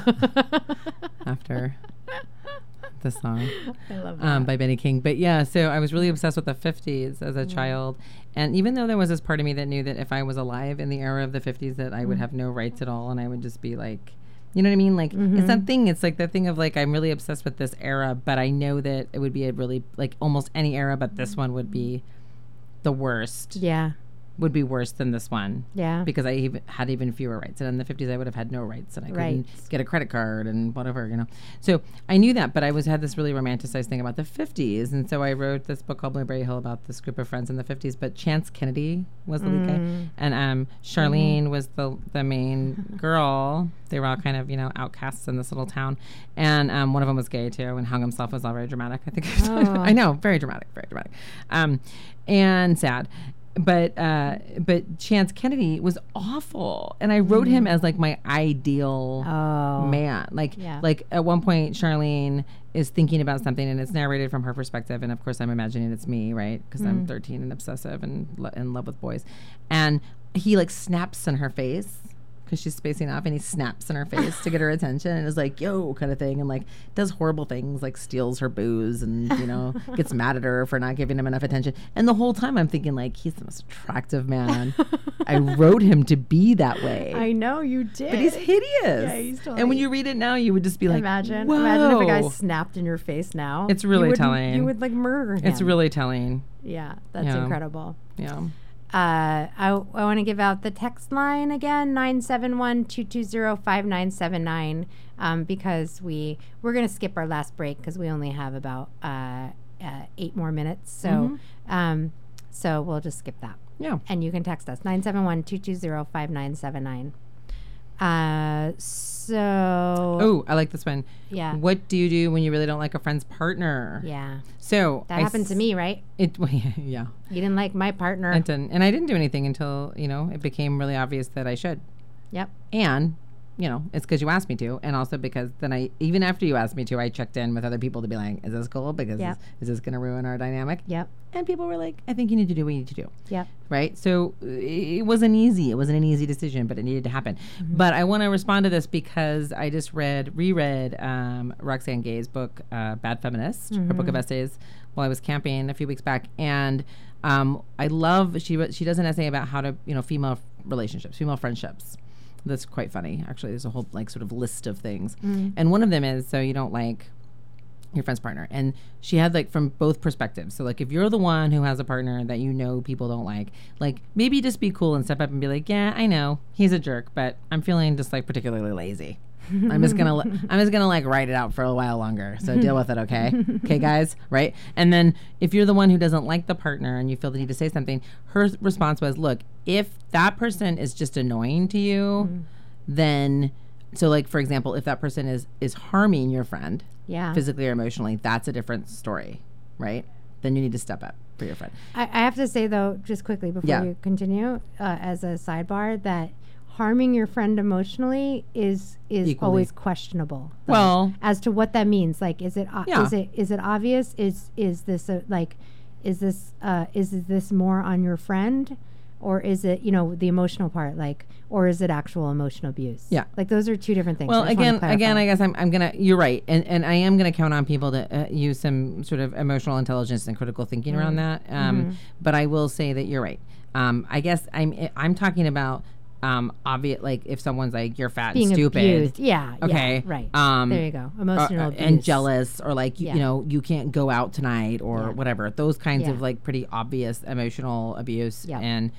[SPEAKER 2] after the song
[SPEAKER 1] I love that.
[SPEAKER 2] um, by Benny King. But yeah, so I was really obsessed with the 50s as
[SPEAKER 1] Mm-hmm.
[SPEAKER 2] a child. And even though there was this part of me that knew that if I was alive in the era of the 50s, that
[SPEAKER 1] Mm-hmm.
[SPEAKER 2] I would have no rights at all and I would just be like, you know what I mean? Like, it's
[SPEAKER 1] Mm-hmm.
[SPEAKER 2] that thing. It's like the thing of like, I'm really obsessed with this era, but I know that it would be a really, like, almost any era, but
[SPEAKER 1] Mm-hmm.
[SPEAKER 2] this one would be the worst,
[SPEAKER 1] yeah,
[SPEAKER 2] would be worse than this one
[SPEAKER 1] yeah,
[SPEAKER 2] because I even had even fewer rights. And in the fifties, I would have had no rights, and I couldn't
[SPEAKER 1] Right.
[SPEAKER 2] get a credit card and whatever, you know. So I knew that, but I was had this really romanticized thing about the fifties, and so I wrote this book called Blueberry Hill about this group of friends in the fifties. But Chance Kennedy was the lead guy, and um, Charlene was the the main girl. They were all kind of you know outcasts in this little town, and um, one of them was gay too, and hung himself. It Was all very dramatic. I think I know, very dramatic, very dramatic, um, and sad but uh, but Chance Kennedy was awful, and I wrote him as like my ideal
[SPEAKER 1] Mm-hmm. Oh.
[SPEAKER 2] man. Like
[SPEAKER 1] Yeah.
[SPEAKER 2] like at one point, Charlene is thinking about something, and it's narrated from her perspective, and of course, I'm imagining it's me, right? Because I'm 13 and obsessive and lo- in love with boys, and he like snaps in her face. Because she's spacing off, and he snaps in her face to get her attention, and is like "yo" kind of thing, and like does horrible things, like steals her booze, and you know gets mad at her for not giving him enough attention. And the whole time, I'm thinking like he's the most attractive man. I wrote him to be that way.
[SPEAKER 1] know you did.
[SPEAKER 2] But he's hideous.
[SPEAKER 1] he's
[SPEAKER 2] And
[SPEAKER 1] totally-
[SPEAKER 2] when you read it now, you would just be like,
[SPEAKER 1] imagine,
[SPEAKER 2] Whoa.
[SPEAKER 1] imagine if a guy snapped in your face now.
[SPEAKER 2] It's really
[SPEAKER 1] you would,
[SPEAKER 2] telling.
[SPEAKER 1] You would like murder him.
[SPEAKER 2] It's really telling.
[SPEAKER 1] yeah, that's
[SPEAKER 2] Yeah.
[SPEAKER 1] incredible.
[SPEAKER 2] Yeah.
[SPEAKER 1] Uh, I, I want to give out the text line again 971 220 5979 um, because we, we're going to skip our last break because we only have about uh, uh, eight more minutes. So, um, so we'll just skip that.
[SPEAKER 2] Yeah.
[SPEAKER 1] And you can text us 971 220 5979. Uh, So,
[SPEAKER 2] Oh, I like this one.
[SPEAKER 1] yeah.
[SPEAKER 2] What do you do when you really don't like a friend's partner?
[SPEAKER 1] Yeah.
[SPEAKER 2] So
[SPEAKER 1] That
[SPEAKER 2] I
[SPEAKER 1] happened to
[SPEAKER 2] s-
[SPEAKER 1] me, right?
[SPEAKER 2] It yeah.
[SPEAKER 1] You didn't like my partner.
[SPEAKER 2] It didn't, and I didn't do anything until you know it became really obvious that I should.
[SPEAKER 1] yep.
[SPEAKER 2] and you know it's because you asked me to and also because then i even after you asked me to i checked in with other people to be like is this cool because
[SPEAKER 1] Yeah.
[SPEAKER 2] is, is this going to ruin our dynamic
[SPEAKER 1] Yep.
[SPEAKER 2] and people were like i think you need to do what you need to do
[SPEAKER 1] Yep.
[SPEAKER 2] right so i- it wasn't easy it wasn't an easy decision but it needed to happen but i want to respond to this because i just read reread um, roxanne gay's book uh, bad feminist her book of essays while i was camping a few weeks back and um, i love she wrote- she does an essay about how to you know female relationships female friendships that's quite funny actually there's a whole like sort of list of things and one of them is so you don't like your friend's partner and she had like from both perspectives so like if you're the one who has a partner that you know people don't like like maybe just be cool and step up and be like yeah i know he's a jerk but i'm feeling just like particularly lazy i'm just gonna li- i'm just gonna like write it out for a while longer so deal with it okay okay guys right and then if you're the one who doesn't like the partner and you feel the need to say something her response was look if that person is just annoying to you then so like for example if that person is is harming your friend
[SPEAKER 1] Yeah.
[SPEAKER 2] physically or emotionally, that's a different story, right? Then you need to step up for your friend.
[SPEAKER 1] I, I have to say though, just quickly before
[SPEAKER 2] Yeah.
[SPEAKER 1] you continue, uh, as a sidebar, that harming your friend emotionally is is
[SPEAKER 2] Equally.
[SPEAKER 1] always questionable. though,
[SPEAKER 2] Well-
[SPEAKER 1] as to what that means, like is it o-
[SPEAKER 2] Yeah.
[SPEAKER 1] is it is it obvious? Is is this a, like is this uh, is this more on your friend? or is it you know the emotional part like or is it actual emotional abuse
[SPEAKER 2] Yeah.
[SPEAKER 1] like those are two different things
[SPEAKER 2] Well,
[SPEAKER 1] I just wanna
[SPEAKER 2] again, again,
[SPEAKER 1] clarify.
[SPEAKER 2] I guess I'm, I'm gonna. You're right, and and I am gonna count on people to uh, use some sort of emotional intelligence and critical thinking around that.
[SPEAKER 1] Mm-hmm.
[SPEAKER 2] Um, But I will say that you're right. Um, I guess I'm I'm talking about um, obvious like if someone's like you're fat
[SPEAKER 1] being
[SPEAKER 2] and stupid,
[SPEAKER 1] abused yeah yeah,
[SPEAKER 2] Okay,
[SPEAKER 1] right
[SPEAKER 2] um,
[SPEAKER 1] there you go
[SPEAKER 2] uh,
[SPEAKER 1] emotional abuse
[SPEAKER 2] and jealous or like you,
[SPEAKER 1] Yeah.
[SPEAKER 2] you know you can't go out tonight or whatever those kinds
[SPEAKER 1] Yeah.
[SPEAKER 2] of like pretty obvious emotional abuse
[SPEAKER 1] Yep.
[SPEAKER 2] and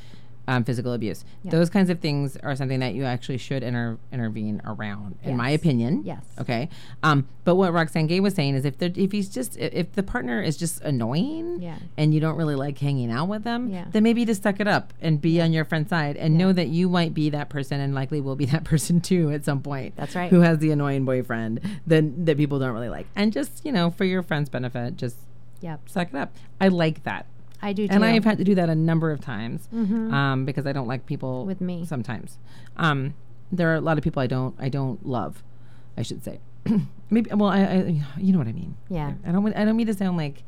[SPEAKER 2] um, physical abuse those kinds of things are something that you actually should inter- intervene around in my
[SPEAKER 1] Yes.
[SPEAKER 2] opinion
[SPEAKER 1] Yes.
[SPEAKER 2] okay um, but what roxanne gay was saying is if they're- if he's just i- if the partner is just annoying
[SPEAKER 1] Yeah.
[SPEAKER 2] and you don't really like hanging out with them
[SPEAKER 1] Yeah.
[SPEAKER 2] then maybe just suck it up and be on your friend's side and know that you might be that person and likely will be that person too at some point
[SPEAKER 1] That's right.
[SPEAKER 2] who has the annoying boyfriend then that people don't really like. And just, you know, for your friend's benefit, just
[SPEAKER 1] yep
[SPEAKER 2] suck it up. I like that.
[SPEAKER 1] I do too Mm-hmm.
[SPEAKER 2] And I've had to do that a number of times um, because I don't like people
[SPEAKER 1] With me.
[SPEAKER 2] sometimes. Um, there are a lot of people I don't I don't love, I should say. Maybe well I, I you know what I mean.
[SPEAKER 1] Yeah.
[SPEAKER 2] I don't want- I don't mean to sound like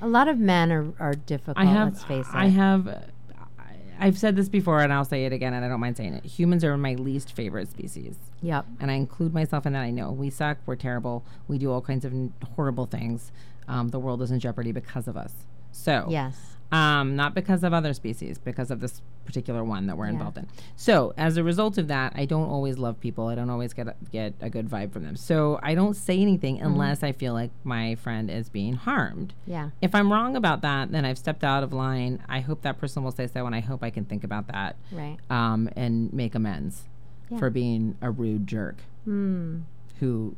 [SPEAKER 1] a lot of men are, are difficult
[SPEAKER 2] I have
[SPEAKER 1] Oh, let's face it
[SPEAKER 2] I have I- I've said this before and I'll say it again and I don't mind saying it. Humans are my least favorite species.
[SPEAKER 1] yep
[SPEAKER 2] and I include myself in that. I know we suck, we're terrible, we do all kinds of n- horrible things. Um, the world is in jeopardy because of us. So,
[SPEAKER 1] yes
[SPEAKER 2] um, not because of other species, because of this particular one that we're involved in. So, as a result of that, I don't always love people. I don't always get a, get a good vibe from them. So, I don't say anything unless I feel like my friend is being harmed.
[SPEAKER 1] yeah
[SPEAKER 2] If I'm wrong about that, then I've stepped out of line. I hope that person will say so, and I hope I can think about that
[SPEAKER 1] right
[SPEAKER 2] um, and make amends for being a rude jerk
[SPEAKER 1] Hmm.
[SPEAKER 2] who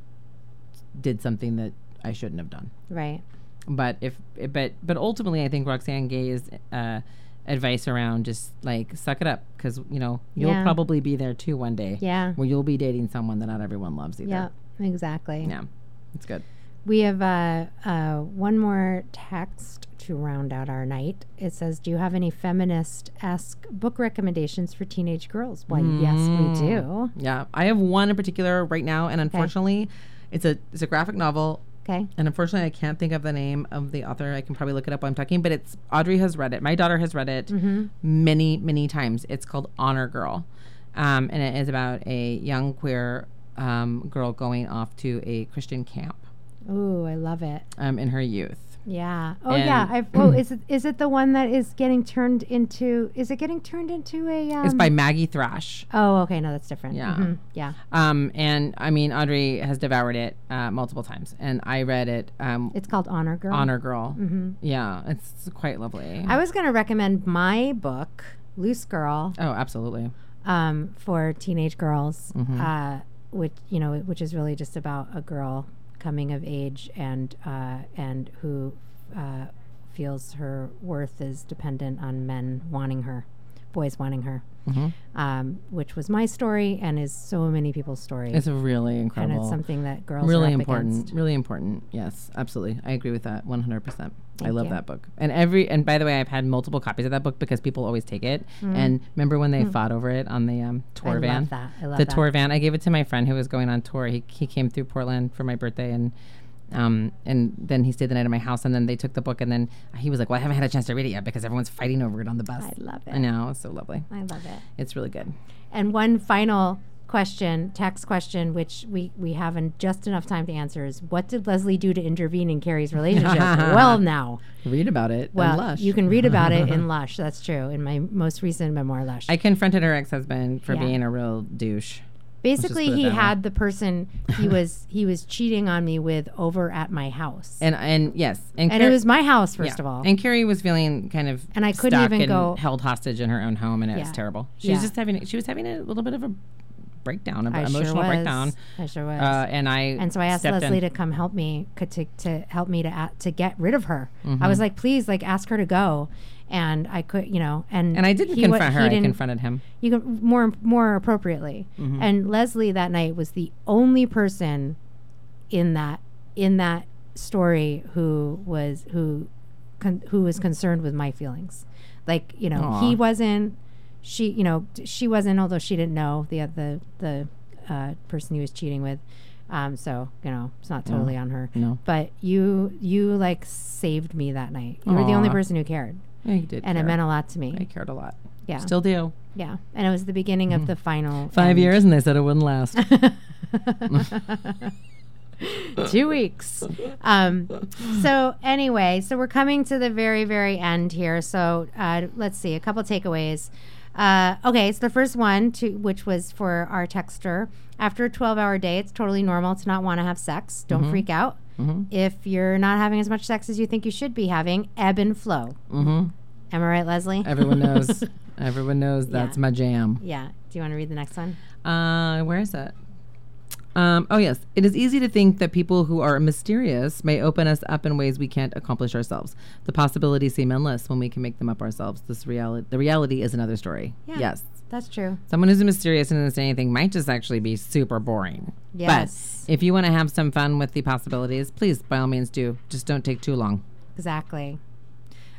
[SPEAKER 2] did something that I shouldn't have done.
[SPEAKER 1] right
[SPEAKER 2] But if but but ultimately, I think Roxanne Gay's uh, advice around just like suck it up because you know you'll
[SPEAKER 1] Yeah.
[SPEAKER 2] probably be there too one day.
[SPEAKER 1] Yeah.
[SPEAKER 2] where you'll be dating someone that not everyone loves either.
[SPEAKER 1] yeah exactly
[SPEAKER 2] yeah, it's good.
[SPEAKER 1] We have uh, uh, one more text to round out our night. It says, "Do you have any feminist-esque book recommendations for teenage girls?" Why,
[SPEAKER 2] Mm.
[SPEAKER 1] yes, we do.
[SPEAKER 2] Yeah, I have one in particular right now, and unfortunately, it's a it's a graphic novel
[SPEAKER 1] Okay,
[SPEAKER 2] and unfortunately i can't think of the name of the author i can probably look it up while i'm talking but it's audrey has read it my daughter has read it
[SPEAKER 1] Mm-hmm.
[SPEAKER 2] many many times it's called honor girl um, and it is about a young queer um, girl going off to a christian camp
[SPEAKER 1] ooh, I love it.
[SPEAKER 2] um, in her youth
[SPEAKER 1] Yeah. Oh,
[SPEAKER 2] And-
[SPEAKER 1] yeah. I've, oh, is it is it the one that is getting turned into? Is it getting turned into a? Um,
[SPEAKER 2] it's by maggie thrash
[SPEAKER 1] oh, okay. No, that's different.
[SPEAKER 2] Yeah.
[SPEAKER 1] Mhm, yeah.
[SPEAKER 2] um, and i mean audrey has devoured it uh, multiple times and i read it um,
[SPEAKER 1] It's called Honor Girl.
[SPEAKER 2] honor girl yeah it's quite lovely
[SPEAKER 1] I was gonna recommend my book, Loose Girl.
[SPEAKER 2] oh absolutely
[SPEAKER 1] um, for teenage girls,
[SPEAKER 2] Mm-hmm.
[SPEAKER 1] uh, which you know, which is really just about a girl coming of age and uh, and who uh, feels her worth is dependent on men wanting her, boys wanting her,
[SPEAKER 2] Mm-hmm.
[SPEAKER 1] um, which was my story and is so many people's story,
[SPEAKER 2] it's really
[SPEAKER 1] and
[SPEAKER 2] incredible
[SPEAKER 1] it's something that girls are
[SPEAKER 2] really
[SPEAKER 1] up
[SPEAKER 2] important
[SPEAKER 1] against.
[SPEAKER 2] really important yes absolutely i agree with that 100% i love
[SPEAKER 1] you.
[SPEAKER 2] that book and every and by the way i've had multiple copies of that book because people always take it and remember when they fought over it on the um, tour
[SPEAKER 1] Mm. I love
[SPEAKER 2] van
[SPEAKER 1] that. I love
[SPEAKER 2] the
[SPEAKER 1] that.
[SPEAKER 2] tour van i gave it to my friend who was going on tour he, he came through portland for my birthday and um, and then he stayed the night at my house and then they took the book and then he was like well i haven't had a chance to read it yet because everyone's fighting over it on the bus i
[SPEAKER 1] love
[SPEAKER 2] i know it's so lovely
[SPEAKER 1] I love it.
[SPEAKER 2] it's really good
[SPEAKER 1] And one final question, tax question, which we, we have in just enough time to answer is what did Leslie do to intervene in Carrie's relationship? well, now.
[SPEAKER 2] read about it
[SPEAKER 1] Well,
[SPEAKER 2] and lush.
[SPEAKER 1] you can read about it in Lush. That's true. In my most recent memoir, Lush.
[SPEAKER 2] i confronted her ex-husband for
[SPEAKER 1] Yeah.
[SPEAKER 2] being a real douche
[SPEAKER 1] Basically,
[SPEAKER 2] put it
[SPEAKER 1] he
[SPEAKER 2] that way.
[SPEAKER 1] had the person he was he was cheating on me with over at my house, and,
[SPEAKER 2] and and yes, and,
[SPEAKER 1] it
[SPEAKER 2] Car-
[SPEAKER 1] was my house
[SPEAKER 2] yeah.
[SPEAKER 1] first of all.
[SPEAKER 2] And Carrie was feeling kind of
[SPEAKER 1] And I couldn't
[SPEAKER 2] stuck
[SPEAKER 1] even
[SPEAKER 2] and
[SPEAKER 1] go-
[SPEAKER 2] held hostage in her own home, and it was
[SPEAKER 1] Yeah.
[SPEAKER 2] terrible. She
[SPEAKER 1] Yeah.
[SPEAKER 2] was just having she was having a little bit of a breakdown, an
[SPEAKER 1] I
[SPEAKER 2] emotional
[SPEAKER 1] sure was.
[SPEAKER 2] breakdown.
[SPEAKER 1] I sure was.
[SPEAKER 2] Uh, and I
[SPEAKER 1] and so I asked Leslie to come help me co- to, to help me to a to get rid of her.
[SPEAKER 2] Mm-hmm.
[SPEAKER 1] I was like, please, like ask her to go. And I could, you know, and
[SPEAKER 2] and I didn't
[SPEAKER 1] he wa-
[SPEAKER 2] confront her.
[SPEAKER 1] he
[SPEAKER 2] I
[SPEAKER 1] didn't-
[SPEAKER 2] confronted him.
[SPEAKER 1] you can more more appropriately.
[SPEAKER 2] Mm-hmm.
[SPEAKER 1] And Leslie that night was the only person in that in that story who was who con- who was concerned with my feelings. Like you know,
[SPEAKER 2] Aw.
[SPEAKER 1] he wasn't. She you know d- she wasn't. Although she didn't know the the the uh, person he was cheating with. Um, so you know it's not totally on her.
[SPEAKER 2] no.
[SPEAKER 1] But you you like saved me that night. You were the only
[SPEAKER 2] Aw.
[SPEAKER 1] person who cared.
[SPEAKER 2] Yeah, you did.
[SPEAKER 1] and it
[SPEAKER 2] care.
[SPEAKER 1] meant a lot to me.
[SPEAKER 2] I cared a lot.
[SPEAKER 1] Yeah,
[SPEAKER 2] Still do.
[SPEAKER 1] yeah, and it was the beginning of the final
[SPEAKER 2] Hmm. Five
[SPEAKER 1] end.
[SPEAKER 2] years, and they said it wouldn't last.
[SPEAKER 1] two weeks. Um, so anyway, so we're coming to the very, very end here. So uh, let's see a couple takeaways. Uh, okay, so the first one, to, which was for our texter, after a 12-hour day, it's totally normal to not want to have sex. Don't
[SPEAKER 2] Mm-hmm.
[SPEAKER 1] freak out. If you're not having as much sex as you think you should be having, ebb and flow. Mm-hmm. Am I right, Leslie?
[SPEAKER 2] Everyone knows. Everyone knows that's my jam.
[SPEAKER 1] yeah. Do you want to read the next one?
[SPEAKER 2] Uh, where is it? Um, oh yes, it is easy to think that people who are mysterious may open us up in ways we can't accomplish ourselves. The possibilities seem endless when we can make them up ourselves. This reality, the reality is another story.
[SPEAKER 1] Yeah.
[SPEAKER 2] Yes,
[SPEAKER 1] That's true.
[SPEAKER 2] someone who's mysterious and doesn't say anything might just actually be super boring.
[SPEAKER 1] Yes.
[SPEAKER 2] But if you want to have some fun with the possibilities, please by all means do. Just don't take too long.
[SPEAKER 1] Exactly.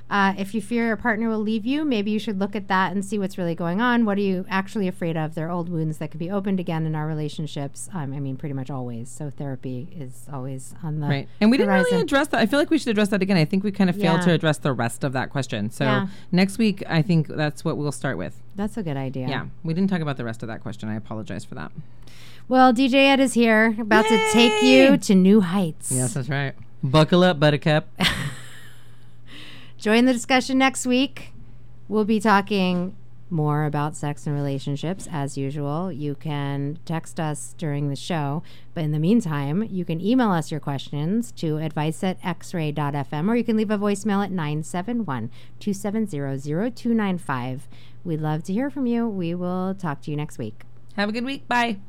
[SPEAKER 1] Uh, if you fear your partner will leave you, maybe you should look at that and see what's really going on. What are you actually afraid of? There are old wounds that can be opened again in our relationships. Um, I mean, pretty much always. So therapy is always on the
[SPEAKER 2] Right. And we didn't really
[SPEAKER 1] Uh, horizon.
[SPEAKER 2] address that. I feel like we should address that again. I think we kind of failed
[SPEAKER 1] Yeah.
[SPEAKER 2] to address the rest of that question. So
[SPEAKER 1] Yeah.
[SPEAKER 2] next week, I think that's what we'll start with.
[SPEAKER 1] That's a good idea.
[SPEAKER 2] Yeah. We didn't talk about the rest of that question. I apologize for that.
[SPEAKER 1] Well, DJ Ed is here, about to take you to new heights.
[SPEAKER 2] that's right. Buckle up, Buttercup.
[SPEAKER 1] Join the discussion next week. We'll be talking more about sex and relationships as usual. You can text us during the show, but in the meantime, you can email us your questions to advice at xray.fm or you can leave a voicemail at 971 270 0295. We'd love to hear from you. We will talk to you next week.
[SPEAKER 2] Have a good week. Bye.